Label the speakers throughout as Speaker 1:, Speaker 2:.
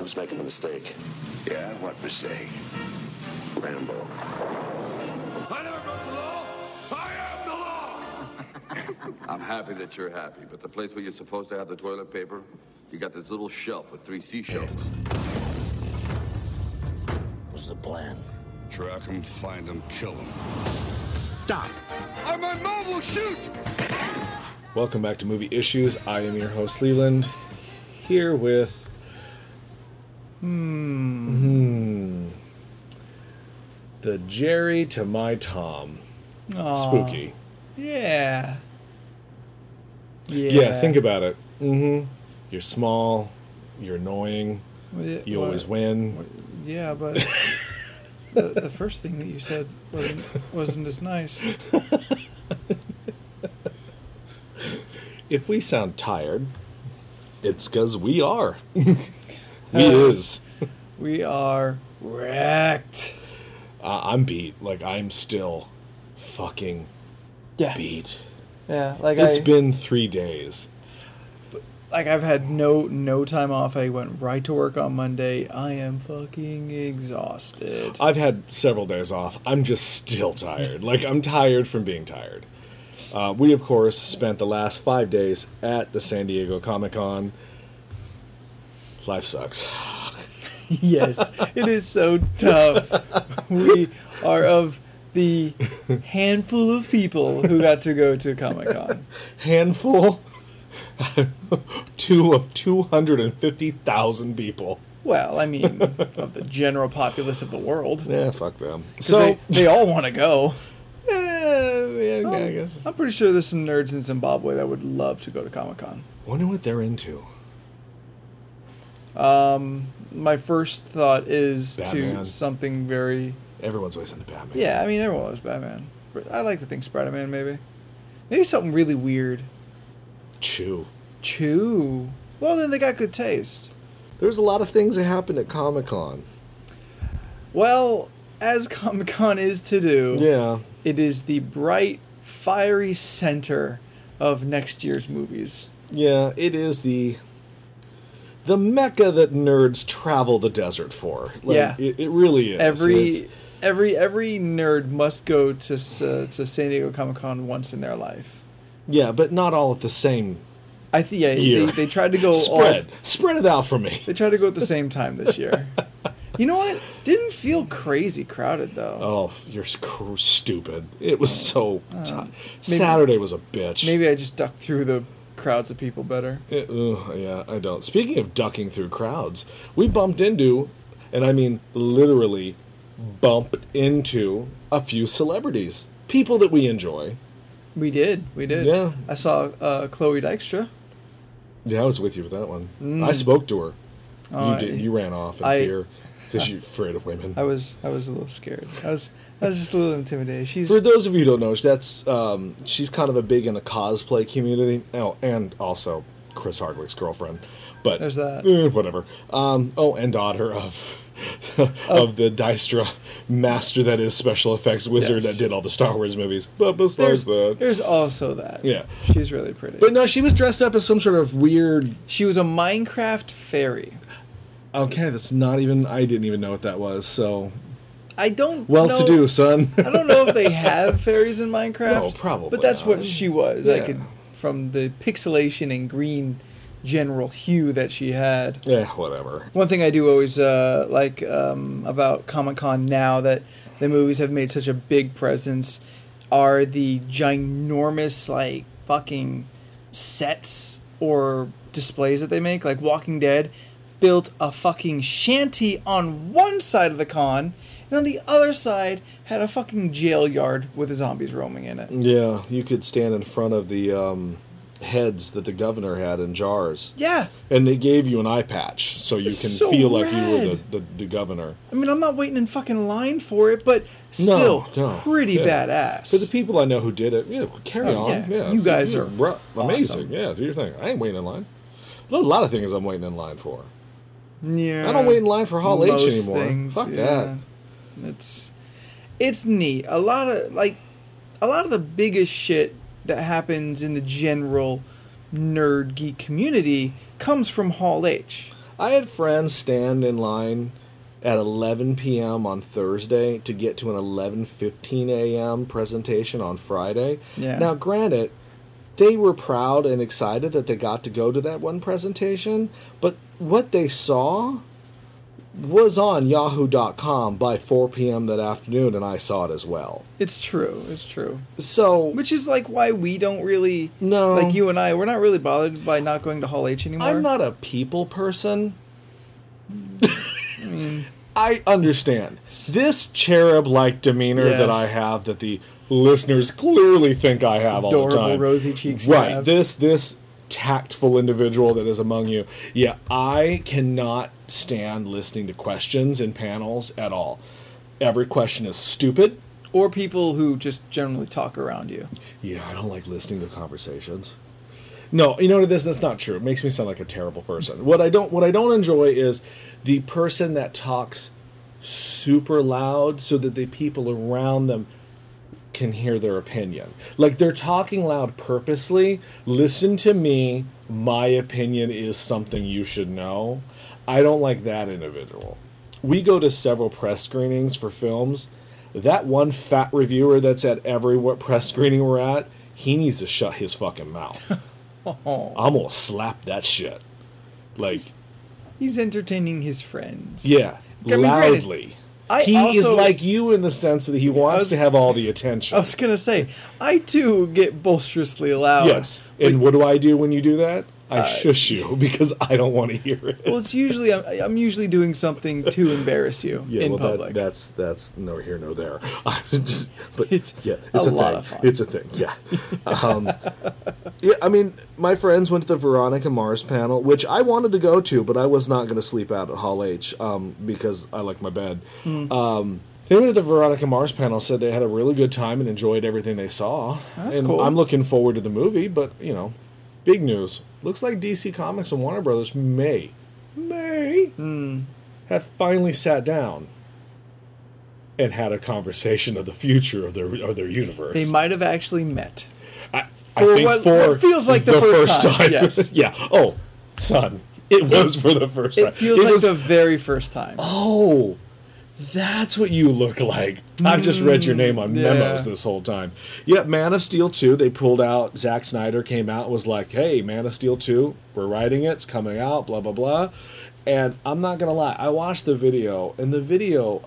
Speaker 1: was making a mistake.
Speaker 2: Yeah, what mistake?
Speaker 1: Rambo.
Speaker 2: I never broke the law. I am the law.
Speaker 3: I'm happy that you're happy, but the place where you're supposed to have the toilet paper, you got this little shelf with three seashells.
Speaker 4: What's the plan?
Speaker 2: Track him, find him, kill him.
Speaker 5: Stop.
Speaker 3: I'm on mobile, shoot!
Speaker 6: Welcome back to Movie Issues. I am your host Leland, here with. Hmm. The Jerry to my Tom. Spooky.
Speaker 5: Yeah. Yeah.
Speaker 6: Yeah. think about it. Mm hmm. You're small, you're annoying,
Speaker 5: Wait,
Speaker 6: you
Speaker 5: what-
Speaker 6: always win.
Speaker 5: Yeah, but the, the first thing that you said wasn't, wasn't as nice.
Speaker 6: If we sound tired, it's because we are. we
Speaker 5: Uh.
Speaker 6: is.
Speaker 5: We are wrecked.
Speaker 6: I- I'm beat. Like, I'm still fucking
Speaker 5: Yeah.
Speaker 6: beat.
Speaker 5: Yeah. Like
Speaker 6: It's
Speaker 5: I
Speaker 6: been three days.
Speaker 5: like I've had no no time off. I went right to work on Monday. I am fucking exhausted.
Speaker 6: I've had several days off. I'm just still tired. Like I'm tired from being tired. Uh, we of course spent the last five days at the San Diego Comic Con. Life sucks.
Speaker 5: yes, it is so tough. We are of the handful of people who got to go to Comic Con.
Speaker 6: Handful, two of two hundred and fifty thousand people.
Speaker 5: Well, I mean, of the general populace of the world. 'Cause
Speaker 6: Yeah, fuck them. So Oh.
Speaker 5: they, they all want to go.
Speaker 6: eh, yeah, yeah, I guess.
Speaker 5: I'm pretty sure there's some nerds in Zimbabwe that would love to go to Comic Con.
Speaker 6: Wonder what they're into.
Speaker 5: My first thought is
Speaker 6: Batman.
Speaker 5: to something very.
Speaker 6: Everyone's always into Batman.
Speaker 5: Yeah, I mean, everyone loves Batman. But I like to think Spider Man, maybe. Maybe something really weird.
Speaker 6: Chew.
Speaker 5: Chew. Well, then they got good taste.
Speaker 6: There's a lot of things that happen at Comic Con.
Speaker 5: Well, as Comic Con is to do,
Speaker 6: Yeah.
Speaker 5: it is the bright, fiery center of next year's movies.
Speaker 6: Yeah, it is the the mecca that nerds travel the desert for. Like,
Speaker 5: Yeah.
Speaker 6: it, it really is.
Speaker 5: every
Speaker 6: It's-
Speaker 5: every every nerd must go to S- uh, to San Diego Comic Con once in their life.
Speaker 6: yeah, but not all at the same
Speaker 5: I think yeah,
Speaker 6: year.
Speaker 5: they, they tried to go
Speaker 6: spread
Speaker 5: all
Speaker 6: spread it out for me.
Speaker 5: they tried to go at the same time this year. you know what? Didn't feel crazy crowded though.
Speaker 6: Oh, you're sc- stupid! It was so. ti Saturday was a bitch.
Speaker 5: Um, Maybe I just ducked through the crowds of people better.
Speaker 6: It- ugh, yeah, I don't. Speaking of ducking through crowds, we bumped into, and I mean literally, bumped into a few celebrities, people that we enjoy.
Speaker 5: We did, we did.
Speaker 6: Yeah.
Speaker 5: I saw uh, Chloe Dykstra.
Speaker 6: Yeah, I was with you with that one. I spoke to her.
Speaker 5: Mm. Oh,
Speaker 6: you did.
Speaker 5: I-
Speaker 6: You ran off in
Speaker 5: I-
Speaker 6: fear because you're afraid of women.
Speaker 5: I was I was a little scared. I was I was just a little intimidated. She's
Speaker 6: For those of you who don't know, that's um, she's kind of a big in the cosplay community. Oh, and also Chris Hardwick's girlfriend. But
Speaker 5: There's that.
Speaker 6: eh, whatever. Um, oh, and daughter of of the Dystra master that is special effects wizard
Speaker 5: Yes.
Speaker 6: that did all the Star Wars movies. But besides
Speaker 5: there's,
Speaker 6: that,
Speaker 5: there's also that.
Speaker 6: Yeah.
Speaker 5: She's really pretty.
Speaker 6: but no, she was dressed up as some sort of weird.
Speaker 5: she was a Minecraft fairy.
Speaker 6: Okay, that's not even. I didn't even know what that was. So
Speaker 5: I don't
Speaker 6: well
Speaker 5: know-
Speaker 6: to do, son.
Speaker 5: I don't know if they have fairies in Minecraft.
Speaker 6: No, probably
Speaker 5: But that's
Speaker 6: not.
Speaker 5: what she was. I
Speaker 6: Yeah.
Speaker 5: could from the pixelation and green general hue that she had.
Speaker 6: yeah, whatever.
Speaker 5: One thing I do always uh, like um, about Comic Con now that the movies have made such a big presence are the ginormous like fucking sets or displays that they make. Like Walking Dead built a fucking shanty on one side of the con, and on the other side had a fucking jail yard with zombies roaming in it.
Speaker 6: Yeah, you could stand in front of the um, heads that the governor had in jars.
Speaker 5: Yeah,
Speaker 6: And they gave you an eye patch so you can
Speaker 5: So
Speaker 6: feel like you were
Speaker 5: rad.
Speaker 6: the, the, the governor.
Speaker 5: I mean I'm not waiting in fucking line for it, but still
Speaker 6: no,
Speaker 5: pretty
Speaker 6: yeah.
Speaker 5: badass.
Speaker 6: For the people I know who did it, yeah, carry
Speaker 5: Oh,
Speaker 6: on.
Speaker 5: yeah,
Speaker 6: Yeah,
Speaker 5: you guys
Speaker 6: yeah,
Speaker 5: are
Speaker 6: ru- amazing.
Speaker 5: awesome.
Speaker 6: Yeah, do your thing. I ain't waiting in line. There's a lot of things I'm waiting in line for.
Speaker 5: Yeah.
Speaker 6: I don't wait in line for Hall H
Speaker 5: most
Speaker 6: anymore. Fuck that.
Speaker 5: It's it's neat. A lot of like a lot of the biggest shit that happens in the general nerd geek community comes from Hall H.
Speaker 6: I had friends stand in line at 11 p.m. on Thursday to get to an 11:15 a.m. presentation on Friday.
Speaker 5: Yeah.
Speaker 6: Now, granted, they were proud and excited that they got to go to that one presentation, but what they saw was on yahoo.com by 4 p.m. that afternoon and I saw it as well.
Speaker 5: It's true. It's true.
Speaker 6: So
Speaker 5: Which is like why we don't really
Speaker 6: No.
Speaker 5: like you and I. We're not really bothered by not going to Hall H anymore.
Speaker 6: I'm not a people person. I understand. This cherub like demeanor
Speaker 5: Yes.
Speaker 6: that I have that the listeners clearly think I have all the
Speaker 5: adorable
Speaker 6: time.
Speaker 5: rosy cheeks you
Speaker 6: Right.
Speaker 5: have.
Speaker 6: This this tactful individual that is among you. Yeah, I cannot stand listening to questions in panels at all. Every question is stupid.
Speaker 5: or people who just generally talk around you.
Speaker 6: Yeah, I don't like listening to conversations. No, you know what it is? That's not true. It makes me sound like a terrible person. What I don't what I don't enjoy is the person that talks super loud so that the people around them can hear their opinion. Like they're talking loud purposely. Listen to me. My opinion is something you should know. I don't like that individual. We go to several press screenings for films. That one fat reviewer that's at every what press screening we're at, he needs to shut his fucking mouth. I'm gonna slap that shit. Like,
Speaker 5: Oh. He's entertaining his friends.
Speaker 6: yeah,
Speaker 5: I mean, granted,
Speaker 6: loudly.
Speaker 5: I
Speaker 6: he is
Speaker 5: also-
Speaker 6: like you in the sense that he wants
Speaker 5: was-
Speaker 6: to have all the attention.
Speaker 5: I was gonna say, I too get boisterously loud.
Speaker 6: Yes. And what do I do when you do that? I shush you because I don't want to hear it.
Speaker 5: Well, it's usually I'm, I'm usually doing something to embarrass you
Speaker 6: yeah,
Speaker 5: in
Speaker 6: well, that-
Speaker 5: public.
Speaker 6: that's that's no here, no there. I'm just, but
Speaker 5: It's
Speaker 6: yeah,
Speaker 5: a
Speaker 6: it's a,
Speaker 5: lot
Speaker 6: thing.
Speaker 5: of fun.
Speaker 6: It's a thing. Yeah. um, yeah. I mean, my friends went to the Veronica Mars panel, which I wanted to go to, but I was not going to sleep out at Hall H um, because I like my bed.
Speaker 5: Hmm.
Speaker 6: Um, they went to the Veronica Mars panel, said they had a really good time and enjoyed everything they saw.
Speaker 5: That's
Speaker 6: and
Speaker 5: cool.
Speaker 6: I'm looking forward to the movie, but you know, big news. Looks like DC Comics and Warner Brothers may, may have finally sat down and had a conversation of the future of their of their universe.
Speaker 5: they might have actually met.
Speaker 6: I,
Speaker 5: for what- what feels like the first time, yes.
Speaker 6: yeah. Oh, son, it was for the first time.
Speaker 5: It feels like
Speaker 6: was-
Speaker 5: the very first time.
Speaker 6: oh, that's what you look like. I've just read your name on
Speaker 5: Mm, yeah.
Speaker 6: memos this whole time. Yep, Man of Steel two. They pulled out. Zack Snyder came out and was like, "Hey, Man of Steel two, we're writing it. It's coming out. Blah blah blah." And I'm not gonna lie, I watched the video, and the video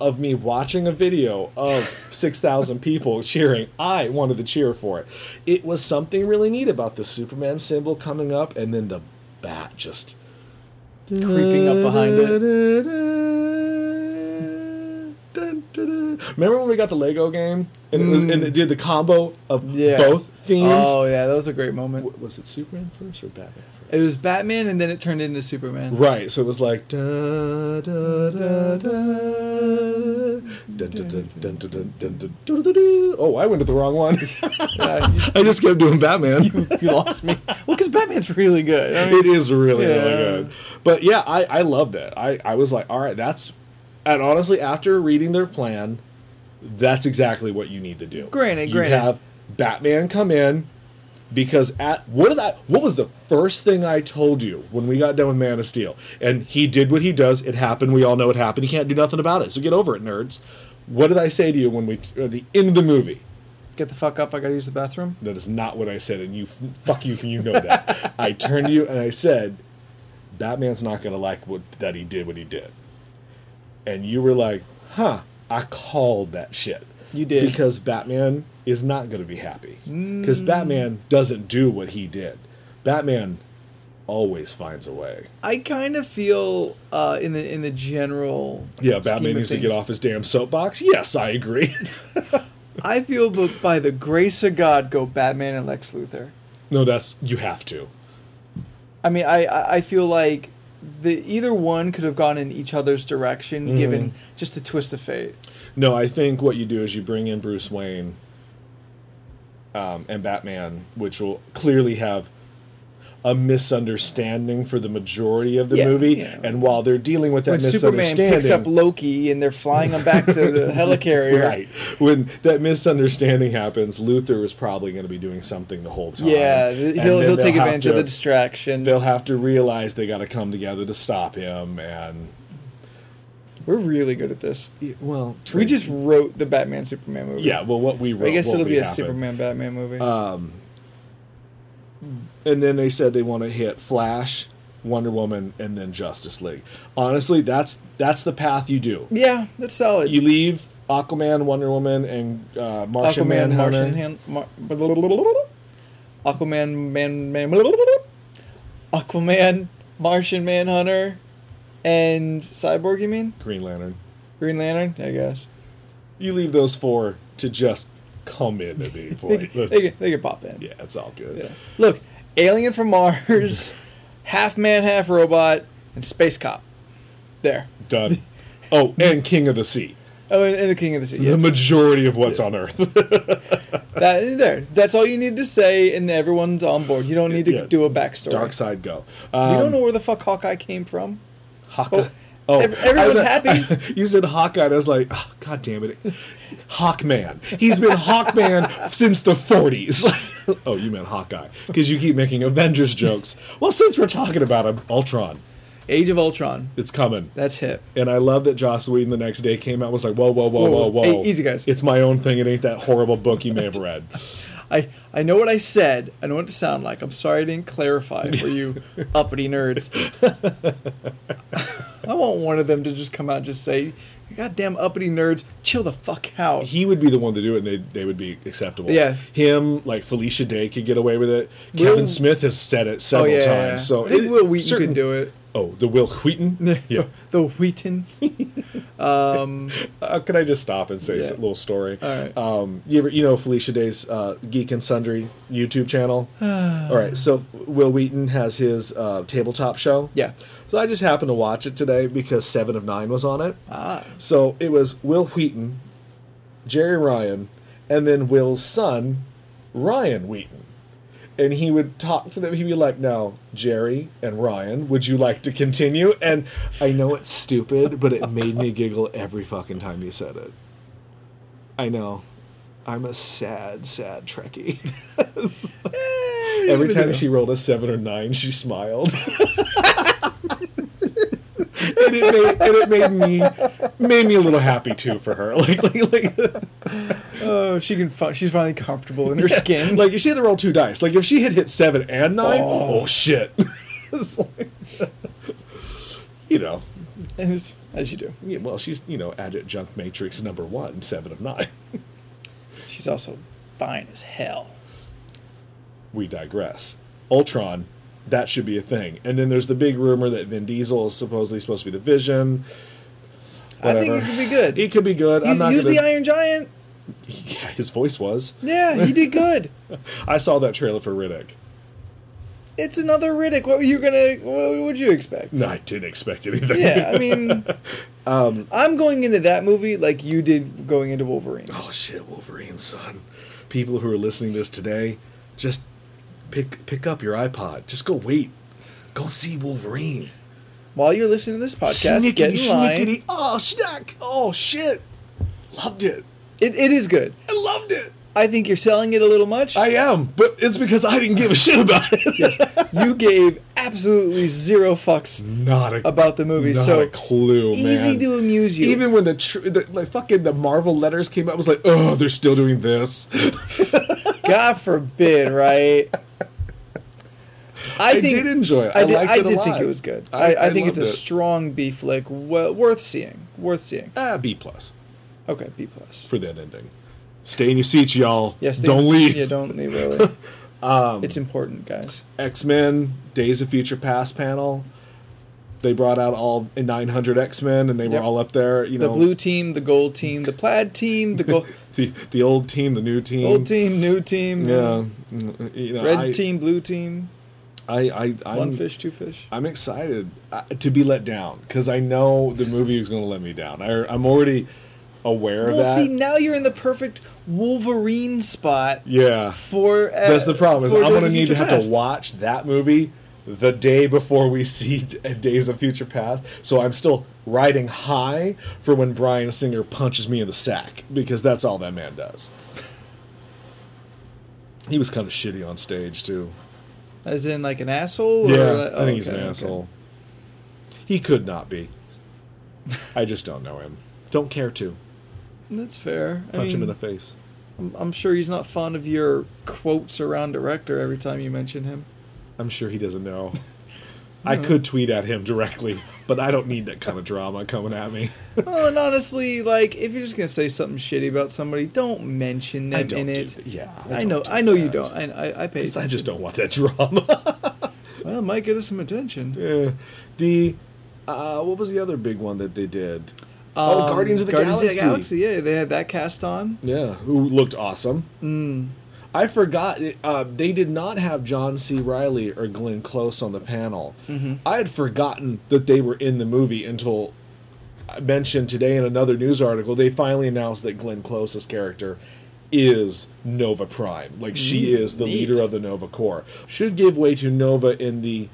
Speaker 6: of me watching a video of 6,000 people cheering. I wanted to cheer for it. It was something really neat about the Superman symbol coming up, and then the bat just
Speaker 5: Creeping up behind it.
Speaker 6: Remember when we got the Lego game and it was and it did the combo of
Speaker 5: Yeah.
Speaker 6: both themes?
Speaker 5: Oh yeah, that was a great moment.
Speaker 6: W- Was it Superman first or Batman first?
Speaker 5: It was Batman, and then it turned into Superman.
Speaker 6: Right, so it was like da da da da Dun, dun, dun, dun, dun, dun, dun, dun, dun, dun, dun. Oh, I went to the wrong one.
Speaker 5: Yeah, you-
Speaker 6: I just kept doing Batman.
Speaker 5: you lost me. Well, because Batman's really good. I mean,
Speaker 6: it is really
Speaker 5: Yeah.
Speaker 6: really good but yeah i i loved it i i was like all right that's and honestly after reading their plan that's exactly what you need to do
Speaker 5: Granted,
Speaker 6: you
Speaker 5: granted.
Speaker 6: have batman come in because at what did I, what was the first thing I told you when we got done with Man of Steel? And he did what he does. It happened. We all know it happened. He can't do nothing about it. So get over it, nerds. What did I say to you when we at the end of the movie?
Speaker 5: Get the fuck up! I gotta use the bathroom.
Speaker 6: That is not what I said, and you fuck you for you know that. I turned to you and I said, Batman's not gonna like what that he did what he did. And you were like, huh, I called that shit.
Speaker 5: You did.
Speaker 6: Because Batman is not gonna be happy. Because
Speaker 5: Mm.
Speaker 6: Batman doesn't do what he did. Batman always finds a way.
Speaker 5: I kind of feel uh, in the in the general
Speaker 6: Yeah,
Speaker 5: scheme
Speaker 6: Batman
Speaker 5: of
Speaker 6: needs to
Speaker 5: things,
Speaker 6: get off his damn soapbox. Yes, I agree.
Speaker 5: I feel, but by the grace of God, go Batman and Lex Luthor.
Speaker 6: no, that's you have to.
Speaker 5: I mean, I I I feel like the either one could have gone in each other's direction,
Speaker 6: Mm-hmm.
Speaker 5: given just a twist of fate.
Speaker 6: No, I think what you do is you bring in Bruce Wayne um, and Batman, which will clearly have. a misunderstanding for the majority of the
Speaker 5: Yeah,
Speaker 6: movie.
Speaker 5: yeah.
Speaker 6: And while they're dealing with that
Speaker 5: when Superman
Speaker 6: misunderstanding,
Speaker 5: picks up Loki and they're flying him back to the helicarrier.
Speaker 6: Right. When that misunderstanding happens, Luther was probably going to be doing something the whole time.
Speaker 5: Yeah,
Speaker 6: And
Speaker 5: th-
Speaker 6: then
Speaker 5: he'll he'll
Speaker 6: they'll
Speaker 5: take
Speaker 6: have
Speaker 5: advantage of
Speaker 6: to-
Speaker 5: the distraction.
Speaker 6: They'll have to realize they got to come together to stop him. And
Speaker 5: We're really good at this.
Speaker 6: well,
Speaker 5: We just wrote the Batman Superman movie.
Speaker 6: yeah. Well, what we Uh, wrote,
Speaker 5: I guess
Speaker 6: won't
Speaker 5: it'll be a
Speaker 6: happening.
Speaker 5: Superman Batman movie.
Speaker 6: And then they said they want to hit Flash, Wonder Woman, and then Justice League. Honestly, that's that's the path you do.
Speaker 5: yeah, that's solid.
Speaker 6: You leave Aquaman, Wonder Woman, and uh, Martian
Speaker 5: Aquaman,
Speaker 6: Manhunter.
Speaker 5: Martian Han- Mar- Aquaman, man, man, Aquaman, Martian Manhunter, and Cyborg. You mean
Speaker 6: Green Lantern.
Speaker 5: Green Lantern? I guess
Speaker 6: You leave those four to just come in at any
Speaker 5: they,
Speaker 6: point.
Speaker 5: could-
Speaker 6: Let's-
Speaker 5: they, could- they could pop in.
Speaker 6: yeah, it's all good.
Speaker 5: Yeah. Look, Alien from Mars, half man, half robot, and space cop. There.
Speaker 6: Done. Oh, and King of the Sea.
Speaker 5: Oh, and, and the King of the Sea.
Speaker 6: The
Speaker 5: yes.
Speaker 6: majority of what's on Earth.
Speaker 5: That- there. That's all you need to say, and everyone's on board. You don't need to
Speaker 6: Yeah.
Speaker 5: do a backstory.
Speaker 6: Dark Side Go.
Speaker 5: You
Speaker 6: Um,
Speaker 5: don't know where the fuck Hawkeye came from.
Speaker 6: Hawkeye.
Speaker 5: Oh,
Speaker 6: Oh,
Speaker 5: ev- everyone's
Speaker 6: I- I-
Speaker 5: happy.
Speaker 6: you said Hawkeye, and I was like, oh, God damn it. Hawkman. He's been Hawkman since the 40s. oh, you meant Hawkeye. Because you keep making Avengers jokes. Well, since we're talking about him, Ultron,
Speaker 5: Age of Ultron.
Speaker 6: it's coming.
Speaker 5: That's hip.
Speaker 6: And I love that Joss Whedon the next day came out and was like, whoa, whoa, whoa, whoa,
Speaker 5: Whoa,
Speaker 6: whoa.
Speaker 5: hey, easy, guys.
Speaker 6: It's my own thing. It ain't that horrible book you may have read.
Speaker 5: I, I know what I said. I know what it sounded like. I'm sorry I didn't clarify for you uppity nerds. I want one of them to just come out and just say, "You goddamn uppity nerds, chill the fuck out.
Speaker 6: He would be the one to do it, and they they would be acceptable.
Speaker 5: Yeah.
Speaker 6: him like Felicia Day could get away with it. Kevin
Speaker 5: Will-
Speaker 6: Smith has said it several times. So
Speaker 5: I think Oh, Will Wheaton
Speaker 6: certain-
Speaker 5: can do it.
Speaker 6: Oh, the Will Wheaton. yeah.
Speaker 5: the Wheaton.
Speaker 6: Uh, can I just stop and say
Speaker 5: Yeah.
Speaker 6: a little story?
Speaker 5: All right.
Speaker 6: Um, you ever you know Felicia Day's uh, Geek and Sundry YouTube channel? All right. So Will Wheaton has his uh, tabletop show.
Speaker 5: Yeah.
Speaker 6: So I just happened to watch it today because Seven of Nine was on it. Ah. So it was Will Wheaton, Jerry Ryan, and then Will's son, Ryan Wheaton. And he would talk to them. He'd be like, "Now, Jerry and Ryan, would you like to continue?" And I know it's stupid, but it made me giggle every fucking time he said it. I know. I'm a sad, sad Trekkie. Every time she rolled a seven or nine, she smiled. and it made and it made me made me a little happy too for her. Like like like,
Speaker 5: Oh, she can. Fi- she's finally comfortable in her skin.
Speaker 6: like if she had to roll two dice. Like if she had hit seven and nine, oh, shit. It's like- you know.
Speaker 5: as, as you do.
Speaker 6: yeah, well she's you know adjunct matrix number one, seven of nine.
Speaker 5: She's also fine as hell.
Speaker 6: we digress. Ultron, that should be a thing. And then there's the big rumor that Vin Diesel is supposedly supposed to be the Vision.
Speaker 5: I think it
Speaker 6: Whatever.
Speaker 5: could be good.
Speaker 6: It could be good.
Speaker 5: He's-
Speaker 6: I'm not
Speaker 5: he was
Speaker 6: gonna.
Speaker 5: the Iron Giant.
Speaker 6: yeah, his voice was.
Speaker 5: Yeah, he did good.
Speaker 6: I saw that trailer for Riddick.
Speaker 5: it's another Riddick. What were you gonna? What would you expect?
Speaker 6: No, I didn't expect anything.
Speaker 5: Yeah, I mean,
Speaker 6: Um,
Speaker 5: I'm going into that movie like you did going into Wolverine.
Speaker 6: oh shit, Wolverine, son. People who are listening to this today, just pick pick up your iPod. Just go wait. Go see Wolverine.
Speaker 5: While you're listening to this podcast, get in line.
Speaker 6: snickety. Oh, snack. Oh shit. Loved it.
Speaker 5: It, it is good.
Speaker 6: I loved it.
Speaker 5: I think you're selling it a little much.
Speaker 6: I am, but it's because I didn't give a shit about it.
Speaker 5: you gave absolutely zero fucks
Speaker 6: not a,
Speaker 5: about the movie.
Speaker 6: not
Speaker 5: so
Speaker 6: a clue, man.
Speaker 5: easy to amuse you.
Speaker 6: Even when the, tr- the like fucking the Marvel letters came out, I was like, oh, they're still doing this.
Speaker 5: God forbid, right? I,
Speaker 6: I did enjoy it. I
Speaker 5: did,
Speaker 6: liked
Speaker 5: I
Speaker 6: it a
Speaker 5: did
Speaker 6: lot.
Speaker 5: think it was good.
Speaker 6: I-
Speaker 5: I, I,
Speaker 6: I
Speaker 5: think it's a
Speaker 6: loved it.
Speaker 5: strong B flick, well, worth seeing. Worth seeing.
Speaker 6: ah, B plus
Speaker 5: Okay, B plus.
Speaker 6: for that ending. Stay in your seats, y'all.
Speaker 5: Yes, they-
Speaker 6: don't leave.
Speaker 5: Yeah, don't leave early.
Speaker 6: Um,
Speaker 5: it's important, guys.
Speaker 6: X Men Days of Future Past panel. They brought out all 900 X Men, and they were
Speaker 5: Yep.
Speaker 6: all up there. You
Speaker 5: The
Speaker 6: know,
Speaker 5: blue team, the gold team, the plaid team, the gold,
Speaker 6: the the old team, the new team,
Speaker 5: old team, new team,
Speaker 6: Yeah, Mm, you know,
Speaker 5: red
Speaker 6: I-
Speaker 5: team, blue team,
Speaker 6: I, I, I'm,
Speaker 5: one fish, two fish.
Speaker 6: I'm excited uh, to be let down because I know the movie is going to let me down. I, I'm already aware of
Speaker 5: Well,
Speaker 6: that.
Speaker 5: see, now you're in the perfect Wolverine spot
Speaker 6: yeah.
Speaker 5: for. Uh,
Speaker 6: That's the problem. Is
Speaker 5: for
Speaker 6: I'm
Speaker 5: Days
Speaker 6: gonna
Speaker 5: of
Speaker 6: need to
Speaker 5: Future
Speaker 6: have
Speaker 5: Past.
Speaker 6: to watch that movie the day before we see D- Days of Future Past. So I'm still riding high for when Brian Singer punches me in the sack because that's all that man does. He was kind of shitty on stage too.
Speaker 5: As in, like an asshole.
Speaker 6: yeah,
Speaker 5: or like,
Speaker 6: I
Speaker 5: oh,
Speaker 6: think he's an
Speaker 5: okay, okay.
Speaker 6: asshole. He could not be. I just don't know him. Don't care to
Speaker 5: That's fair. I
Speaker 6: punch him in
Speaker 5: mean,
Speaker 6: the face.
Speaker 5: I'm- I'm sure he's not fond of your quotes around director every time you mention him.
Speaker 6: I'm sure he doesn't know. I could tweet at him directly, but I don't need that kind of drama coming at me.
Speaker 5: Well, and honestly, like if you're just gonna say something shitty about somebody, don't mention them
Speaker 6: I don't
Speaker 5: in
Speaker 6: do
Speaker 5: it.
Speaker 6: th- yeah, I
Speaker 5: I,
Speaker 6: don't
Speaker 5: know.
Speaker 6: do
Speaker 5: I know you
Speaker 6: that.
Speaker 5: don't. I I, I pay.
Speaker 6: I
Speaker 5: attention.
Speaker 6: just don't want that drama.
Speaker 5: Well, it might get us some attention.
Speaker 6: Yeah. the uh, what was the other big one that they did? oh,
Speaker 5: Um,
Speaker 6: Guardians of the
Speaker 5: Guardians
Speaker 6: Galaxy.
Speaker 5: Galaxy. Yeah, they had that cast on.
Speaker 6: Yeah, who looked awesome. Mm. I forgot it- uh, they did not have John C. Riley or Glenn Close on the panel. I had forgotten that they were in the movie until I mentioned today in another news article. They finally announced that Glenn Close's character is Nova Prime. Like she is the
Speaker 5: neat.
Speaker 6: leader of the Nova Corps. Should give way to Nova in the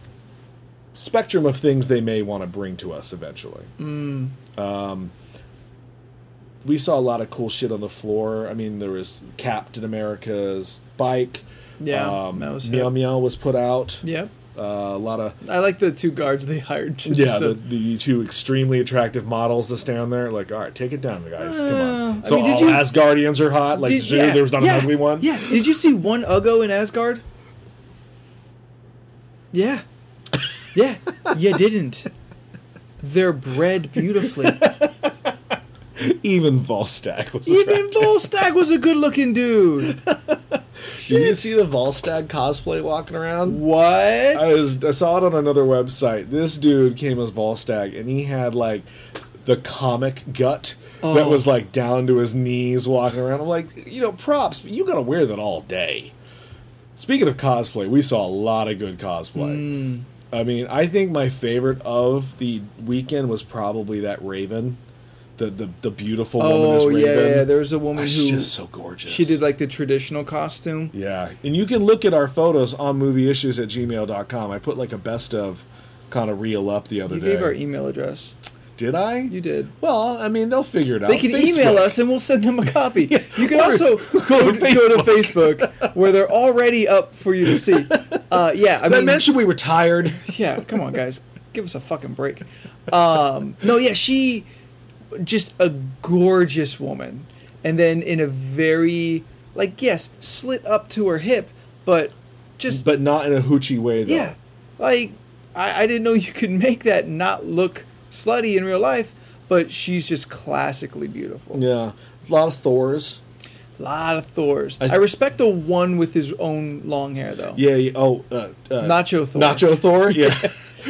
Speaker 6: spectrum of things they may want to bring to us eventually
Speaker 5: Hmm.
Speaker 6: Um, we saw a lot of cool shit on the floor. I mean, there was Captain America's bike.
Speaker 5: Yeah,
Speaker 6: um,
Speaker 5: that was
Speaker 6: Meow
Speaker 5: hip.
Speaker 6: Meow was put out.
Speaker 5: Yep.
Speaker 6: uh, a lot of
Speaker 5: I like the two guards they hired. To
Speaker 6: yeah,
Speaker 5: just, uh,
Speaker 6: the, the two extremely attractive models that stand there. Like, all right, take it down, guys. Come on.
Speaker 5: Uh, I
Speaker 6: So
Speaker 5: mean, did
Speaker 6: all
Speaker 5: you-
Speaker 6: Asgardians are hot. Like,
Speaker 5: Did-
Speaker 6: there- there was not
Speaker 5: yeah,
Speaker 6: an ugly one.
Speaker 5: Yeah. Did you see one Uggo in Asgard? Yeah. Yeah. you didn't. They're bred beautifully.
Speaker 6: Even Volstagg was. attractive.
Speaker 5: Even Volstagg was a good looking dude.
Speaker 6: Did you see the Volstagg cosplay walking around?
Speaker 5: What?
Speaker 6: I, was, I saw it on another website. This dude came as Volstagg, and he had like the comic gut that
Speaker 5: Oh.
Speaker 6: was like down to his knees, walking around. I'm like, you know, props. but You gotta wear that all day. Speaking of cosplay, we saw a lot of good cosplay.
Speaker 5: Hmm.
Speaker 6: I mean, I think my favorite of the weekend was probably that Raven, the the, the beautiful woman.
Speaker 5: oh
Speaker 6: as
Speaker 5: yeah,
Speaker 6: Raven.
Speaker 5: yeah. There was a woman
Speaker 6: She's
Speaker 5: who
Speaker 6: just so gorgeous.
Speaker 5: she did like the traditional costume.
Speaker 6: Yeah, and you can look at our photos on movieissues at gmail.com. I put like a best of kind of reel up the other
Speaker 5: You
Speaker 6: day.
Speaker 5: gave our email address.
Speaker 6: did I?
Speaker 5: You did.
Speaker 6: Well, I mean, they'll figure it out.
Speaker 5: They can email us and we'll send them a copy. You can
Speaker 6: Or
Speaker 5: also
Speaker 6: go
Speaker 5: go,
Speaker 6: to
Speaker 5: go to Facebook where they're already up for you to see. Uh, yeah, I
Speaker 6: Did I
Speaker 5: mean,
Speaker 6: mention we were tired?
Speaker 5: yeah, come on, guys, give us a fucking break. Um, no, yeah, she just a gorgeous woman, and then in a very like yes, slit up to her hip, but just
Speaker 6: but not in a hoochie way, though.
Speaker 5: yeah, like I, I didn't know you could make that not look slutty in real life, but she's just classically beautiful.
Speaker 6: Yeah. A lot of Thors.
Speaker 5: lot of Thors.
Speaker 6: I-
Speaker 5: I, respect the one with his own long hair though.
Speaker 6: Yeah. yeah, Oh, uh, uh,
Speaker 5: Nacho Thor.
Speaker 6: Nacho Thor? Yeah.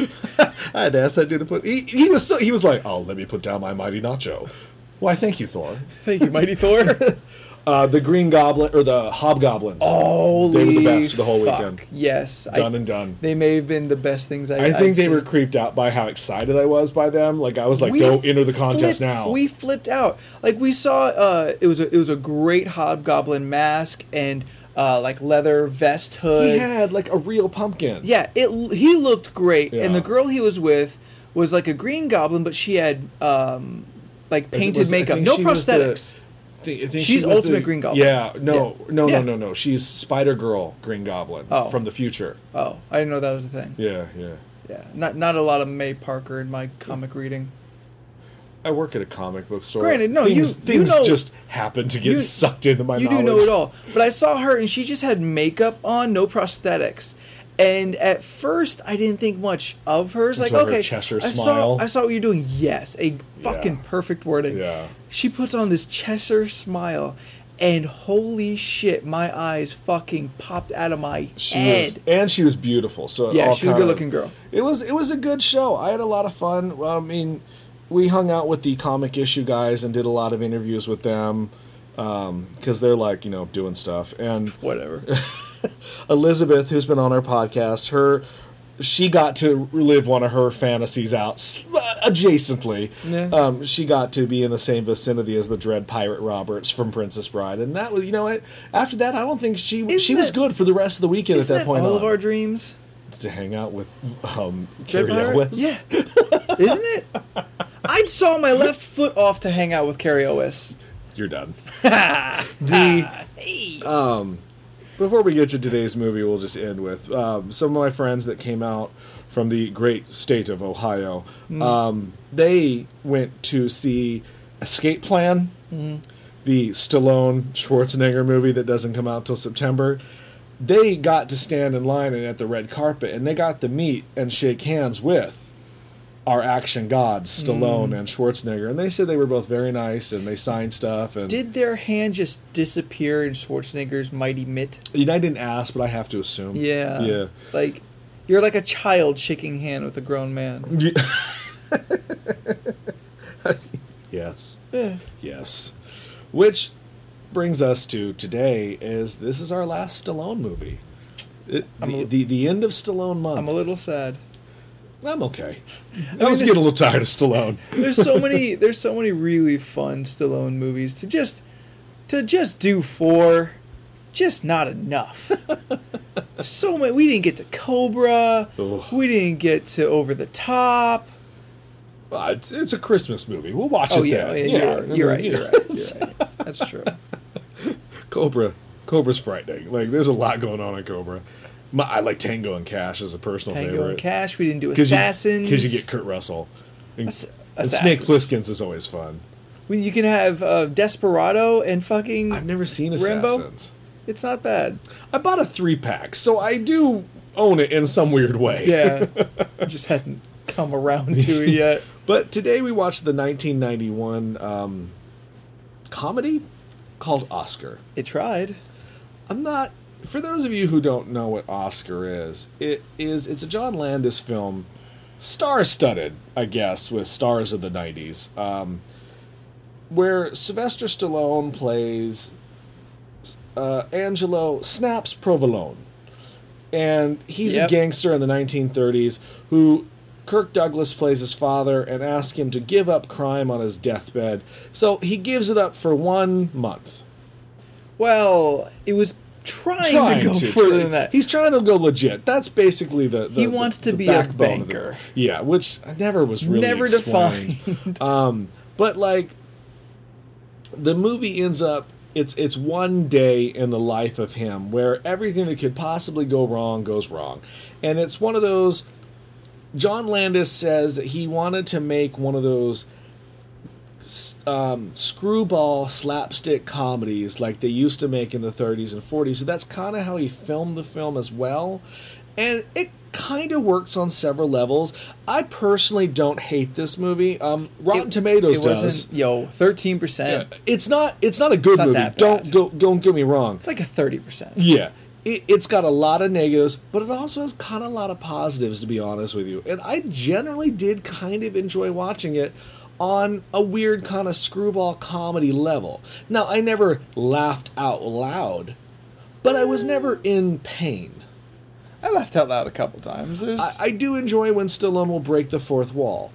Speaker 6: I had to ask that dude to put. He, he was so. He was like, oh, let me put down my mighty Nacho. Why, thank you, Thor.
Speaker 5: Thank you, Mighty Thor.
Speaker 6: Uh, the Green Goblin, or the Hobgoblins.
Speaker 5: Holy
Speaker 6: They were the best the whole
Speaker 5: fuck.
Speaker 6: weekend.
Speaker 5: Yes,
Speaker 6: Done
Speaker 5: I,
Speaker 6: and done.
Speaker 5: They may have been the best things I.
Speaker 6: I think
Speaker 5: I've
Speaker 6: they
Speaker 5: seen.
Speaker 6: were creeped out by how excited I was by them. Like I was like,
Speaker 5: We
Speaker 6: "Go enter the contest
Speaker 5: flipped-
Speaker 6: now."
Speaker 5: We flipped out. Like we saw, uh, it was a, it was a great hobgoblin mask and uh, like leather vest hood.
Speaker 6: he had like a real pumpkin.
Speaker 5: Yeah, it. He looked great, and
Speaker 6: Yeah.
Speaker 5: the girl he was with was like a green goblin, but she had um, like
Speaker 6: I think it
Speaker 5: painted
Speaker 6: was- I
Speaker 5: makeup,
Speaker 6: think
Speaker 5: no
Speaker 6: she was the-
Speaker 5: prosthetics.
Speaker 6: thi- I think
Speaker 5: She's
Speaker 6: she was
Speaker 5: Ultimate
Speaker 6: the-
Speaker 5: Green Goblin.
Speaker 6: Yeah, no,
Speaker 5: Yeah.
Speaker 6: no,
Speaker 5: Yeah.
Speaker 6: no, no, no. She's Spider Girl Green Goblin
Speaker 5: Oh.
Speaker 6: from the future.
Speaker 5: Oh, I didn't know that was a thing.
Speaker 6: Yeah, yeah.
Speaker 5: Yeah, not not a lot of May Parker in my comic reading.
Speaker 6: I work at a comic book store.
Speaker 5: Granted, no, you-
Speaker 6: things,
Speaker 5: you
Speaker 6: things
Speaker 5: know-
Speaker 6: just happen to get
Speaker 5: you-
Speaker 6: sucked into my.
Speaker 5: you
Speaker 6: knowledge.
Speaker 5: do know it all, but I saw her and she just had makeup on, no prosthetics. And at first, I didn't think much of hers. Like,
Speaker 6: Until her
Speaker 5: okay,
Speaker 6: Cheshire
Speaker 5: I
Speaker 6: smile.
Speaker 5: saw I saw what you're doing. Yes, a fucking
Speaker 6: Yeah.
Speaker 5: perfect wording.
Speaker 6: Yeah.
Speaker 5: She puts on this Cheshire smile, and holy shit, my eyes fucking popped out of my
Speaker 6: She
Speaker 5: head.
Speaker 6: was, and she was beautiful. So it
Speaker 5: Yeah,
Speaker 6: all
Speaker 5: she's a
Speaker 6: kinda-
Speaker 5: good-looking girl.
Speaker 6: It was it was a good show. I had a lot of fun. Well, I mean, we hung out with the comic issue guys and did a lot of interviews with them because they're like you know doing stuff. And
Speaker 5: Whatever.
Speaker 6: Elizabeth, who's been on our podcast, her she got to live one of her fantasies out s- adjacently,
Speaker 5: Yeah.
Speaker 6: um, she got to be in the same vicinity as the Dread Pirate Roberts from Princess Bride, and that was you know what. After that, I don't think she she was
Speaker 5: that-
Speaker 6: good for the rest of the weekend at
Speaker 5: Isn't
Speaker 6: that,
Speaker 5: that
Speaker 6: point.
Speaker 5: all
Speaker 6: on.
Speaker 5: of our dreams?
Speaker 6: to hang out with um,
Speaker 5: Dread
Speaker 6: Carrie
Speaker 5: Pirate?
Speaker 6: Elwes.
Speaker 5: Yeah. Isn't it? I'd saw my left foot off to hang out with Carrie Owis.
Speaker 6: You're done. the um before we get to today's movie, we'll just end with um, some of my friends that came out from the great state of Ohio. Um, they went to see Escape Plan, the Stallone Schwarzenegger movie that doesn't come out till September. They got to stand in line and at the red carpet, and they got to meet and shake hands with our action gods, Stallone and Schwarzenegger. And they said they were both very nice, and they signed stuff. And
Speaker 5: Did their hand just disappear in Schwarzenegger's mighty mitt?
Speaker 6: You know, I didn't ask, but I have to assume.
Speaker 5: Yeah.
Speaker 6: Yeah.
Speaker 5: Like, you're like a child shaking hand with a grown man.
Speaker 6: Ye- yes.
Speaker 5: Yeah.
Speaker 6: Yes. Which brings us to today is this is our last Stallone movie. It-
Speaker 5: I'm
Speaker 6: the,
Speaker 5: a-
Speaker 6: the the end of Stallone month.
Speaker 5: I'm a little sad.
Speaker 6: I'm okay. I,
Speaker 5: mean,
Speaker 6: was
Speaker 5: this-
Speaker 6: getting a little tired of Stallone.
Speaker 5: There's so many. There's so many really fun Stallone movies to just to just do four, just not enough. so many. We didn't get to Cobra.
Speaker 6: Ugh.
Speaker 5: We didn't get to Over the Top.
Speaker 6: Uh, it's, it's a Christmas movie. We'll watch
Speaker 5: Oh
Speaker 6: it
Speaker 5: yeah,
Speaker 6: then.
Speaker 5: yeah, you're,
Speaker 6: I
Speaker 5: right,
Speaker 6: mean,
Speaker 5: you're right.
Speaker 6: you
Speaker 5: You're
Speaker 6: know,
Speaker 5: right. You're right. That's true.
Speaker 6: Cobra. Cobra's frightening. Like there's a lot going on in Cobra. My, I like Tango and Cash as a personal
Speaker 5: Tango
Speaker 6: favorite.
Speaker 5: and Cash. We didn't do
Speaker 6: Because you,
Speaker 5: Assassins.
Speaker 6: 'cause you get Kurt Russell. And,
Speaker 5: Ass-
Speaker 6: and Snake
Speaker 5: Assassins.
Speaker 6: Plissken's is always fun.
Speaker 5: Well, you can have uh, Desperado and fucking.
Speaker 6: I've never seen
Speaker 5: Rambo?
Speaker 6: Assassins.
Speaker 5: It's not bad.
Speaker 6: I bought a three pack, so I do own it in some weird way.
Speaker 5: Yeah, it just hasn't come around to it yet.
Speaker 6: But today we watched the 1991 um, comedy called Oscar.
Speaker 5: It tried.
Speaker 6: I'm not. For those of you who don't know what Oscar is, it is it's a John Landis film, star-studded, I guess, with stars of the '90s, um, where Sylvester Stallone plays uh, Angelo Snaps Provolone, and he's
Speaker 5: Yep.
Speaker 6: a gangster in the 1930s who Kirk Douglas plays his father and asks him to give up crime on his deathbed. So he gives it up for one month
Speaker 5: Well, it was trying, to go
Speaker 6: to.
Speaker 5: further than that.
Speaker 6: He's trying to go legit. That's basically the, the
Speaker 5: He wants
Speaker 6: the-
Speaker 5: to
Speaker 6: the
Speaker 5: be a
Speaker 6: backbone of the-
Speaker 5: banker.
Speaker 6: yeah, which I never was really
Speaker 5: Never
Speaker 6: explained.
Speaker 5: defined.
Speaker 6: But like, the movie ends up it's it's one day in the life of him where everything that could possibly go wrong goes wrong, and it's one of those. John Landis says that he wanted to make one of those um, screwball slapstick comedies like they used to make in the 30s and 40s. So that's kind of how he filmed the film as well. And it kind of works on several levels. I personally don't hate this movie. Um, Rotten Tomatoes
Speaker 5: it
Speaker 6: does.
Speaker 5: wasn't yo thirteen percent.
Speaker 6: It's not. It's not a good
Speaker 5: not
Speaker 6: movie.
Speaker 5: that
Speaker 6: Don't
Speaker 5: bad.
Speaker 6: go. Don't get me wrong.
Speaker 5: It's like a thirty percent.
Speaker 6: Yeah. It, it's got a lot of negatives, but it also has kind of a lot of positives, to be honest with you. And I generally did kind of enjoy watching it on a weird kind of screwball comedy level. Now, I never laughed out loud, but I was never in pain.
Speaker 5: I laughed out loud a couple times. There's,
Speaker 6: I, I do enjoy when Stallone will break the fourth wall.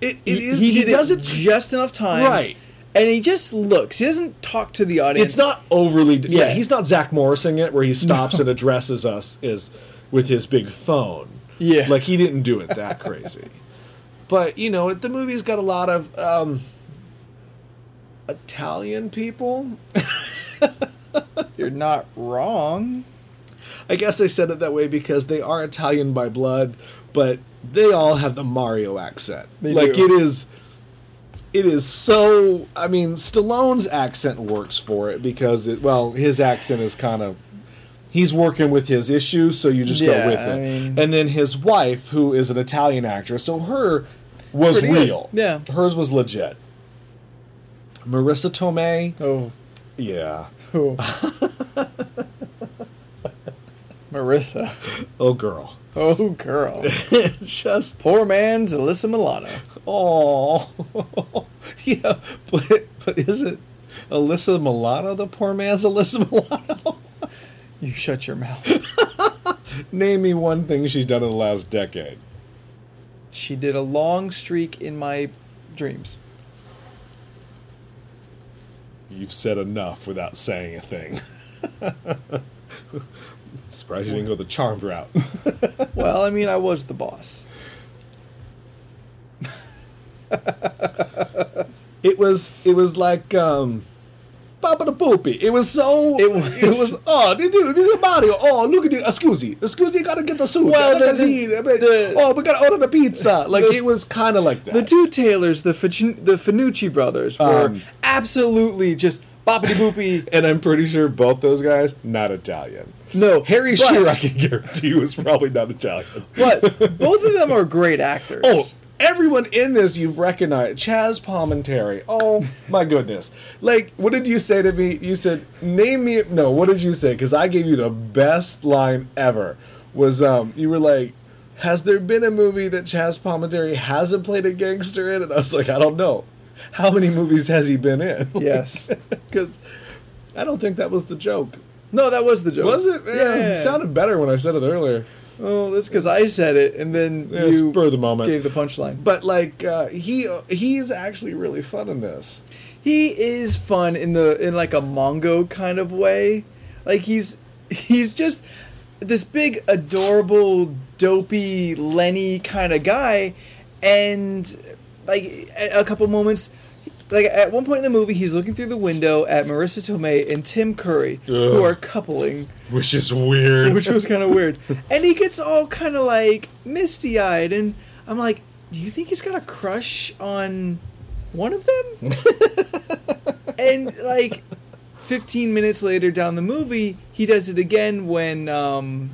Speaker 6: It, it
Speaker 5: he,
Speaker 6: is-
Speaker 5: he
Speaker 6: he
Speaker 5: did
Speaker 6: does
Speaker 5: it
Speaker 6: it
Speaker 5: just enough times,
Speaker 6: Right.
Speaker 5: And he just looks. He doesn't talk to the audience.
Speaker 6: It's not overly. Yeah,
Speaker 5: Yeah.
Speaker 6: he's not Zach Morrising it, where he stops and addresses us is with his big phone.
Speaker 5: Yeah.
Speaker 6: like he didn't do it that crazy. But you know, it, the movie's got a lot of um, Italian people.
Speaker 5: You're not wrong.
Speaker 6: I guess they said it that way because they are Italian by blood, but they all have the Mario accent.
Speaker 5: They
Speaker 6: like
Speaker 5: do.
Speaker 6: it is it is so I mean, Stallone's accent works for it because it well, his accent is kind of he's working with his issues, so you just
Speaker 5: Yeah,
Speaker 6: go with it.
Speaker 5: I mean-
Speaker 6: and then his wife, who is an Italian actress, so her was
Speaker 5: Pretty good.
Speaker 6: real.
Speaker 5: Yeah.
Speaker 6: Hers was legit. Marissa Tomei.
Speaker 5: Oh,
Speaker 6: Yeah.
Speaker 5: oh. Marissa.
Speaker 6: Oh girl.
Speaker 5: Oh, girl.
Speaker 6: just
Speaker 5: Poor man's Alyssa Milano.
Speaker 6: Oh, yeah, but but isn't Alyssa Milano the poor man's Alyssa Milano?
Speaker 5: You shut your mouth.
Speaker 6: Name me one thing she's done in the last decade.
Speaker 5: She did a long streak in my dreams.
Speaker 6: You've said enough without saying a thing. Surprised you didn't go the charmed route.
Speaker 5: Well, I mean, I was the boss.
Speaker 6: It was it was like um Papa the Poopy. It was so
Speaker 5: It was-
Speaker 6: it was oh did you did Mario oh look at the scusi scusi gotta get the suit
Speaker 5: Well, the-
Speaker 6: Look at
Speaker 5: the-
Speaker 6: the- I mean,
Speaker 5: the-
Speaker 6: oh we gotta order the pizza like
Speaker 5: the-
Speaker 6: it was kind of like that
Speaker 5: The two Taylors, the Finu- the Finucci brothers, were
Speaker 6: Um,
Speaker 5: absolutely just boppity boopy.
Speaker 6: and I'm pretty sure both those guys not Italian
Speaker 5: No,
Speaker 6: Harry
Speaker 5: but-
Speaker 6: Shearer I can guarantee you was probably not Italian
Speaker 5: But both of them are great actors.
Speaker 6: Oh, everyone in this you've recognized. Chaz Palminteri. Oh my goodness! Like, what did you say to me? You said, "Name me." No, what did you say? Because I gave you the best line ever. Was um, you were like, "Has there been a movie that Chaz Palminteri hasn't played a gangster in?" And I was like, "I don't know. How many movies has he been in?"
Speaker 5: Yes.
Speaker 6: because I don't think that was the joke.
Speaker 5: No, that was the joke.
Speaker 6: Was it? Yeah, it sounded better when I said it earlier.
Speaker 5: Oh, that's because I said it, and then
Speaker 6: Yeah,
Speaker 5: you
Speaker 6: spur of the moment.
Speaker 5: gave the punchline. But
Speaker 6: But like, uh, he he's actually really fun in this.
Speaker 5: he is fun in the in like a Mongo kind of way. Like he's he's just this big, adorable, dopey Lenny kind of guy, and like at a couple moments. Like at one point in the movie, he's looking through the window at Marissa Tomei and Tim Curry, who
Speaker 6: Ugh.
Speaker 5: are coupling.
Speaker 6: which is weird.
Speaker 5: which was kind of weird. And he gets all kind of like misty eyed, and I'm like, do you think he's got a crush on one of them? and like, 15 minutes later down the movie, he does it again when um,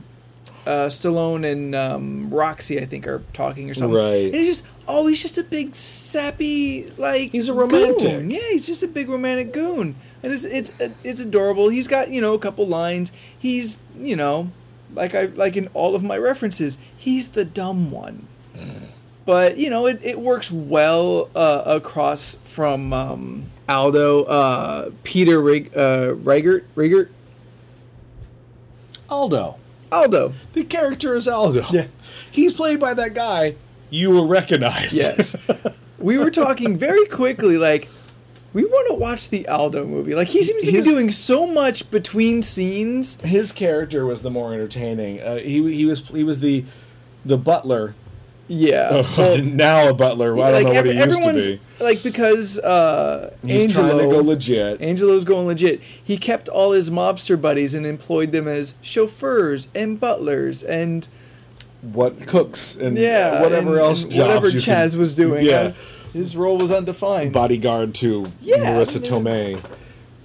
Speaker 5: uh, Stallone and um, Roxy, I think, are talking or something.
Speaker 6: Right.
Speaker 5: And he's just, oh, he's just a big sappy like.
Speaker 6: He's a romantic.
Speaker 5: goon. Yeah, he's just a big romantic goon, and it's it's uh, it's adorable. He's got you know a couple lines. He's you know, like I like in all of my references, he's the dumb one.
Speaker 6: Mm.
Speaker 5: But you know, it, it works well uh, across from um, Aldo, uh, Peter Rig- uh, Rigert, Rigert,
Speaker 6: Aldo.
Speaker 5: Aldo.
Speaker 6: The character is Aldo.
Speaker 5: Yeah.
Speaker 6: He's played by that guy you will recognize.
Speaker 5: Yes. we were talking very quickly, like, we want to watch the Aldo movie. Like, he seems to
Speaker 6: His-
Speaker 5: be doing so much between scenes.
Speaker 6: His character was the more entertaining. Uh, he he was he was the the butler.
Speaker 5: Yeah.
Speaker 6: Oh,
Speaker 5: Well,
Speaker 6: now a butler. I don't know what
Speaker 5: every-
Speaker 6: he used to be.
Speaker 5: Like, because uh,
Speaker 6: He's
Speaker 5: Angelo,
Speaker 6: trying to go legit.
Speaker 5: Angelo's going legit. He kept all his mobster buddies and employed them as chauffeurs and butlers and
Speaker 6: what cooks and
Speaker 5: yeah,
Speaker 6: uh, whatever
Speaker 5: and-
Speaker 6: else
Speaker 5: and
Speaker 6: jobs
Speaker 5: whatever
Speaker 6: you can-
Speaker 5: Chaz was doing.
Speaker 6: Yeah.
Speaker 5: His role was undefined.
Speaker 6: bodyguard to
Speaker 5: Yeah,
Speaker 6: Marissa
Speaker 5: I mean,
Speaker 6: Tomei.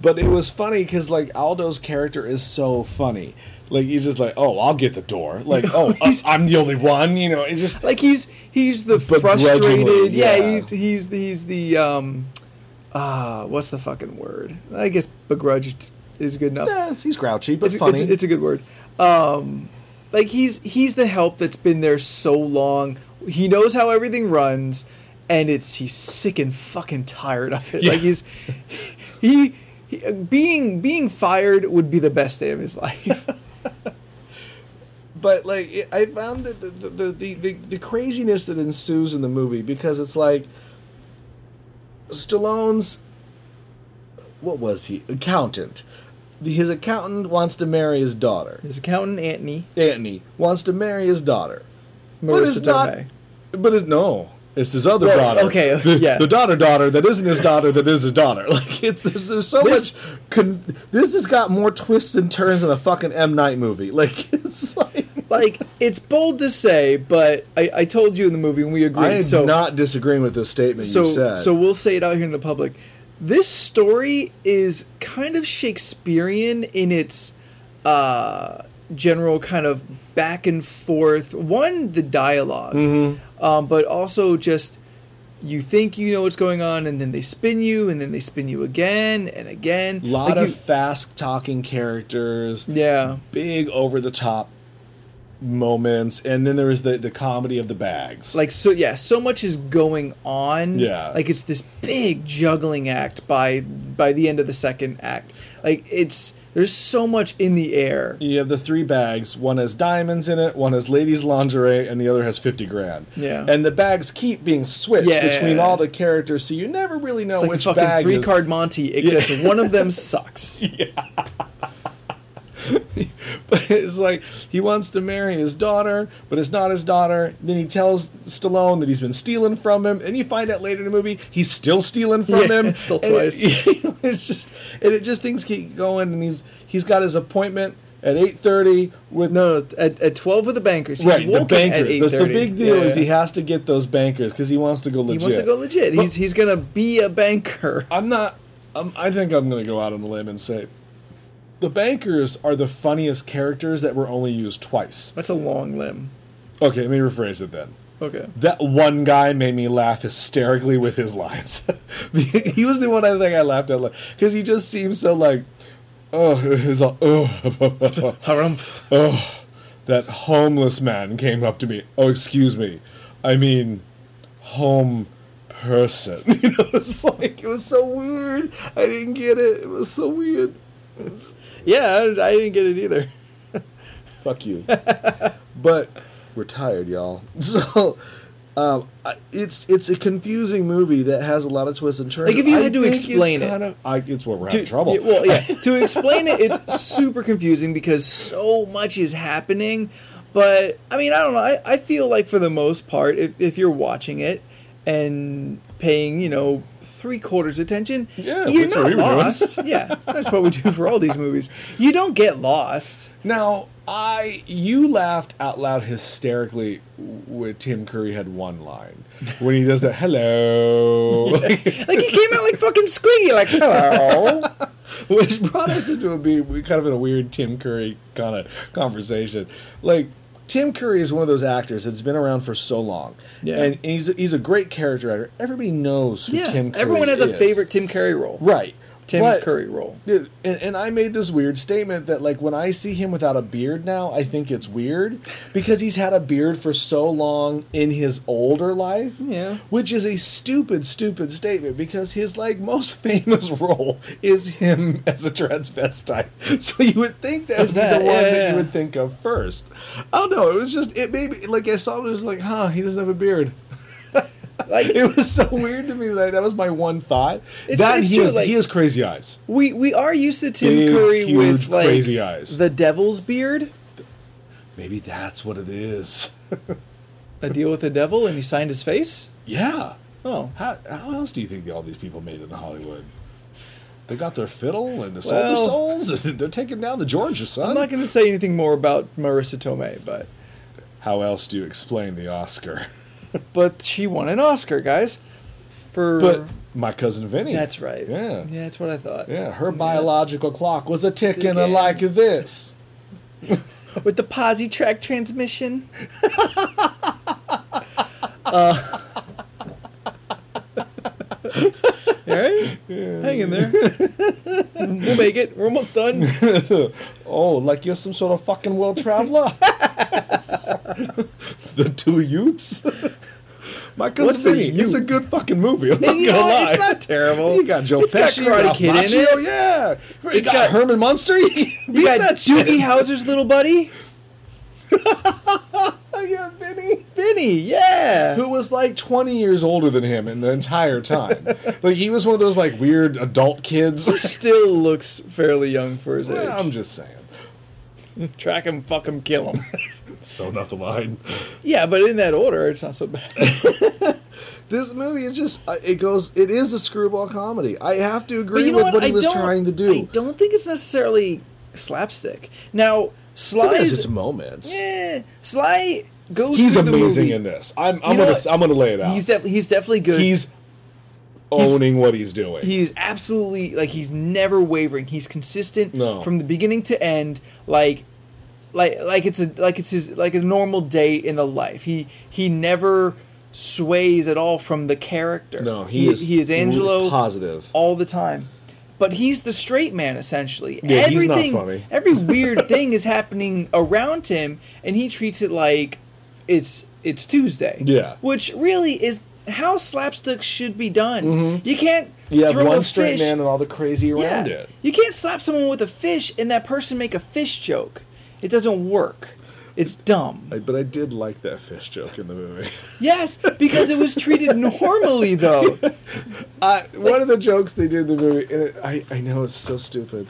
Speaker 6: But it was funny because like Aldo's character is so funny. Like he's just like, oh, I'll get the door. Like, oh,
Speaker 5: he's-
Speaker 6: I'm the only one. You know, it's just
Speaker 5: like he's he's the
Speaker 6: Begrudgingly,
Speaker 5: frustrated yeah,
Speaker 6: yeah.
Speaker 5: He's, he's he's the um ah what's the fucking word i guess begrudged is good enough
Speaker 6: yes, he's grouchy, but
Speaker 5: it's,
Speaker 6: funny.
Speaker 5: it's, it's a good word um like he's he's the help that's been there so long he knows how everything runs and it's he's sick and fucking tired of it
Speaker 6: Yeah.
Speaker 5: like he's he, he being being fired would be the best day of his life
Speaker 6: but like, it, I found that the the, the, the the the craziness that ensues in the movie because it's like Stallone's what was he accountant? His accountant wants to marry his daughter.
Speaker 5: his accountant antony
Speaker 6: Anthony wants to marry his daughter. but
Speaker 5: Marissa
Speaker 6: it's not.
Speaker 5: Tomei.
Speaker 6: But it's no. It's his other
Speaker 5: Well,
Speaker 6: daughter.
Speaker 5: okay,
Speaker 6: The-
Speaker 5: yeah.
Speaker 6: The daughter, daughter that isn't his daughter, that is his daughter. Like it's there's, there's so
Speaker 5: This-
Speaker 6: much. Con- this has got more twists and turns than a fucking M Night movie. Like it's like.
Speaker 5: like it's bold to say, but I, I told you in the movie and we
Speaker 6: I
Speaker 5: agreed.
Speaker 6: am
Speaker 5: So
Speaker 6: not disagreeing with this statement
Speaker 5: so
Speaker 6: you said.
Speaker 5: so we'll say it out here in the public. This story is kind of Shakespearean in its uh, general kind of back and forth. One, the dialog
Speaker 6: Mm-hmm.
Speaker 5: um, but also just you think you know what's going on, and then they spin you, and then they spin you again and again.
Speaker 6: lot
Speaker 5: Like
Speaker 6: of
Speaker 5: you-
Speaker 6: fast talking characters.
Speaker 5: yeah.
Speaker 6: Big over the top moments, and then there is the the comedy of the bags.
Speaker 5: like so yeah so much is going on
Speaker 6: Yeah.
Speaker 5: like it's this big juggling act by by the end of the second act like it's there's so much in the air
Speaker 6: you have E the three bags. One has diamonds in it, one has ladies' lingerie, and the other has fifty grand.
Speaker 5: Yeah.
Speaker 6: And the bags keep being switched
Speaker 5: Yeah.
Speaker 6: between all the characters, so you never really know
Speaker 5: it's like a
Speaker 6: which
Speaker 5: fucking
Speaker 6: bag.
Speaker 5: three
Speaker 6: is-
Speaker 5: card monty except one of them sucks
Speaker 6: But it's like he wants to marry his daughter, but it's not his daughter. Then he tells Stallone that he's been stealing from him, and you find out later in the movie he's still stealing from
Speaker 5: Yeah,
Speaker 6: him.
Speaker 5: still
Speaker 6: And it-
Speaker 5: twice.
Speaker 6: you know, it's just and it just things keep going, and he's he's got his appointment at eight thirty with
Speaker 5: no no, at, at 12 with the bankers he's
Speaker 6: Right, the
Speaker 5: woken at
Speaker 6: bankers. That's the
Speaker 5: 8:30.
Speaker 6: big deal
Speaker 5: Yeah,
Speaker 6: is he
Speaker 5: yeah.
Speaker 6: has to get those bankers because he wants to go
Speaker 5: he
Speaker 6: legit.
Speaker 5: wants to go legit
Speaker 6: But
Speaker 5: he's he's gonna be a banker
Speaker 6: I'm not. I'm, I think I'm going to go out on a limb and say the bankers are the funniest characters that were only used twice.
Speaker 5: that's a long limb
Speaker 6: Okay, let me rephrase it then.
Speaker 5: okay
Speaker 6: That one guy made me laugh hysterically with his lines. he was the one I think I laughed at because he just seems so like, oh, he's all, oh,
Speaker 5: harumph
Speaker 6: Oh, that homeless man came up to me. Oh, excuse me. I mean, home person. You know, it's like it was so weird. I didn't get it. It was so weird. It's-
Speaker 5: yeah I, I didn't get it either
Speaker 6: fuck you. but we're tired, y'all. So. Um, I- it's it's a confusing movie that has a lot of twists and turns.
Speaker 5: Like, if you
Speaker 6: I
Speaker 5: had to
Speaker 6: think it's
Speaker 5: explain it-
Speaker 6: kind of, I, it's where we're having
Speaker 5: To-
Speaker 6: trouble.
Speaker 5: yeah, well, yeah. to explain it, it's super confusing because so much is happening. But I mean, I don't know. I, I feel like for the most part, if, if you're watching it and paying, you know, three quarters attention,
Speaker 6: Yeah,
Speaker 5: you're
Speaker 6: that's what we
Speaker 5: not
Speaker 6: were doing.
Speaker 5: lost. yeah, that's what we do for all these movies. You don't get lost.
Speaker 6: Now, I you laughed out loud hysterically when Tim Curry had one line when he does that hello,
Speaker 5: Like he came out like fucking squeaky, like hello.
Speaker 6: which brought us into a be we kind of in a weird Tim Curry kind of conversation. Like Tim Curry is one of those actors that's been around for so long,
Speaker 5: Yeah.
Speaker 6: and, and he's he's a great character actor. Everybody knows who
Speaker 5: Yeah,
Speaker 6: Tim. Curry
Speaker 5: everyone has a
Speaker 6: is.
Speaker 5: favorite Tim Curry role.
Speaker 6: right?
Speaker 5: Tim
Speaker 6: But-
Speaker 5: Curry role.
Speaker 6: Yeah, and, and I made this weird statement that like when I see him without a beard now, I think it's weird because he's had a beard for so long in his older life.
Speaker 5: Yeah.
Speaker 6: Which is a stupid, stupid statement because his like most famous role is him as a transvestite. So you would think that
Speaker 5: There's
Speaker 6: would be
Speaker 5: that,
Speaker 6: the one
Speaker 5: yeah,
Speaker 6: that
Speaker 5: yeah.
Speaker 6: you would think of first. I don't know. It was just it maybe like I saw it, it was like, huh, he doesn't have a beard.
Speaker 5: Like
Speaker 6: It was so weird to me. Like that was my one thought.
Speaker 5: It's-
Speaker 6: that
Speaker 5: it's
Speaker 6: he
Speaker 5: true,
Speaker 6: has
Speaker 5: like-
Speaker 6: he has crazy eyes.
Speaker 5: we we are used to Tim
Speaker 6: Big,
Speaker 5: Curry
Speaker 6: huge,
Speaker 5: with like
Speaker 6: crazy eyes.
Speaker 5: the Devil's beard.
Speaker 6: Maybe that's what it is.
Speaker 5: a deal with the devil and he signed his face?
Speaker 6: yeah.
Speaker 5: Oh.
Speaker 6: How, how else do you think all these people made it in Hollywood? They got their fiddle and the
Speaker 5: Well-
Speaker 6: Soul Souls, and they're taking down the Georgia
Speaker 5: I'm
Speaker 6: Sun.
Speaker 5: not going to say anything more about Marissa Tomei, but
Speaker 6: How else do you explain the Oscar?
Speaker 5: but she won an Oscar, guys. For
Speaker 6: But my cousin Vinny.
Speaker 5: That's right.
Speaker 6: Yeah.
Speaker 5: Yeah, that's what I thought.
Speaker 6: Yeah, her biological clock was a ticking
Speaker 5: Ticking.
Speaker 6: like this.
Speaker 5: With the posi track transmission. uh, all right. Hang in there. we'll make it. We're almost done.
Speaker 6: oh, like you're some sort of fucking world traveler. the two youths. My cousin
Speaker 5: What's a
Speaker 6: Vinny. it's a
Speaker 5: youth?
Speaker 6: good fucking movie. I'm not
Speaker 5: You
Speaker 6: gonna
Speaker 5: know,
Speaker 6: lie.
Speaker 5: it's not terrible.
Speaker 6: You Oh, got Joe
Speaker 5: It's got
Speaker 6: Pesci,
Speaker 5: Karate
Speaker 6: Ralph
Speaker 5: Kid in
Speaker 6: Macchio,
Speaker 5: it.
Speaker 6: yeah. It's got,
Speaker 5: got-
Speaker 6: Herman Munster. You can beat
Speaker 5: You got
Speaker 6: that shit.
Speaker 5: Doogie Howser's little buddy,
Speaker 6: Oh, Yeah, Vinny.
Speaker 5: Vinny. Yeah.
Speaker 6: Who was like 20 years older than him in the entire time. like he was one of those like weird adult kids.
Speaker 5: still looks fairly young for his
Speaker 6: Yeah,
Speaker 5: age.
Speaker 6: I'm just saying.
Speaker 5: Track him, fuck him, kill him.
Speaker 6: So not the line.
Speaker 5: yeah, but in that order, it's not so bad.
Speaker 6: This movie is just uh, it goes it is a screwball comedy. I have to
Speaker 5: but
Speaker 6: agree
Speaker 5: you know
Speaker 6: with
Speaker 5: what?
Speaker 6: what, he
Speaker 5: I
Speaker 6: was
Speaker 5: don't,
Speaker 6: trying to
Speaker 5: I
Speaker 6: do.
Speaker 5: don't think it's necessarily slapstick. Now,
Speaker 6: It
Speaker 5: Sly
Speaker 6: is,
Speaker 5: is
Speaker 6: its moments.
Speaker 5: eh, Sly goes.
Speaker 6: He's
Speaker 5: through the
Speaker 6: amazing
Speaker 5: movie.
Speaker 6: in this. I'm I'm
Speaker 5: You know
Speaker 6: gonna
Speaker 5: what?
Speaker 6: I'm gonna lay it out.
Speaker 5: He's
Speaker 6: He's,
Speaker 5: def- he's definitely good.
Speaker 6: owning what he's doing.
Speaker 5: He's absolutely like he's never wavering. He's consistent
Speaker 6: No.
Speaker 5: from the beginning to end. Like, like like it's a like it's his like a normal day in the life. He he never sways at all from the character.
Speaker 6: no, he, is
Speaker 5: he is Angelo
Speaker 6: positive.
Speaker 5: all the time, but he's the straight man essentially.
Speaker 6: Yeah, he's not
Speaker 5: Everything,
Speaker 6: funny.
Speaker 5: every weird thing is happening around him, and he treats it like it's it's Tuesday.
Speaker 6: Yeah.
Speaker 5: which really is how slapstick should be done. You can't
Speaker 6: Mm-hmm. You have
Speaker 5: throw
Speaker 6: one
Speaker 5: a
Speaker 6: straight
Speaker 5: fish-
Speaker 6: man and all the crazy around it.
Speaker 5: you can't slap someone with a fish and that person make a fish joke. It doesn't work. It's dumb.
Speaker 6: I, but I did like that fish joke in the movie.
Speaker 5: Yes, because it was treated normally though.
Speaker 6: I, one of the jokes they did in the movie, and it, I, I know it's so stupid.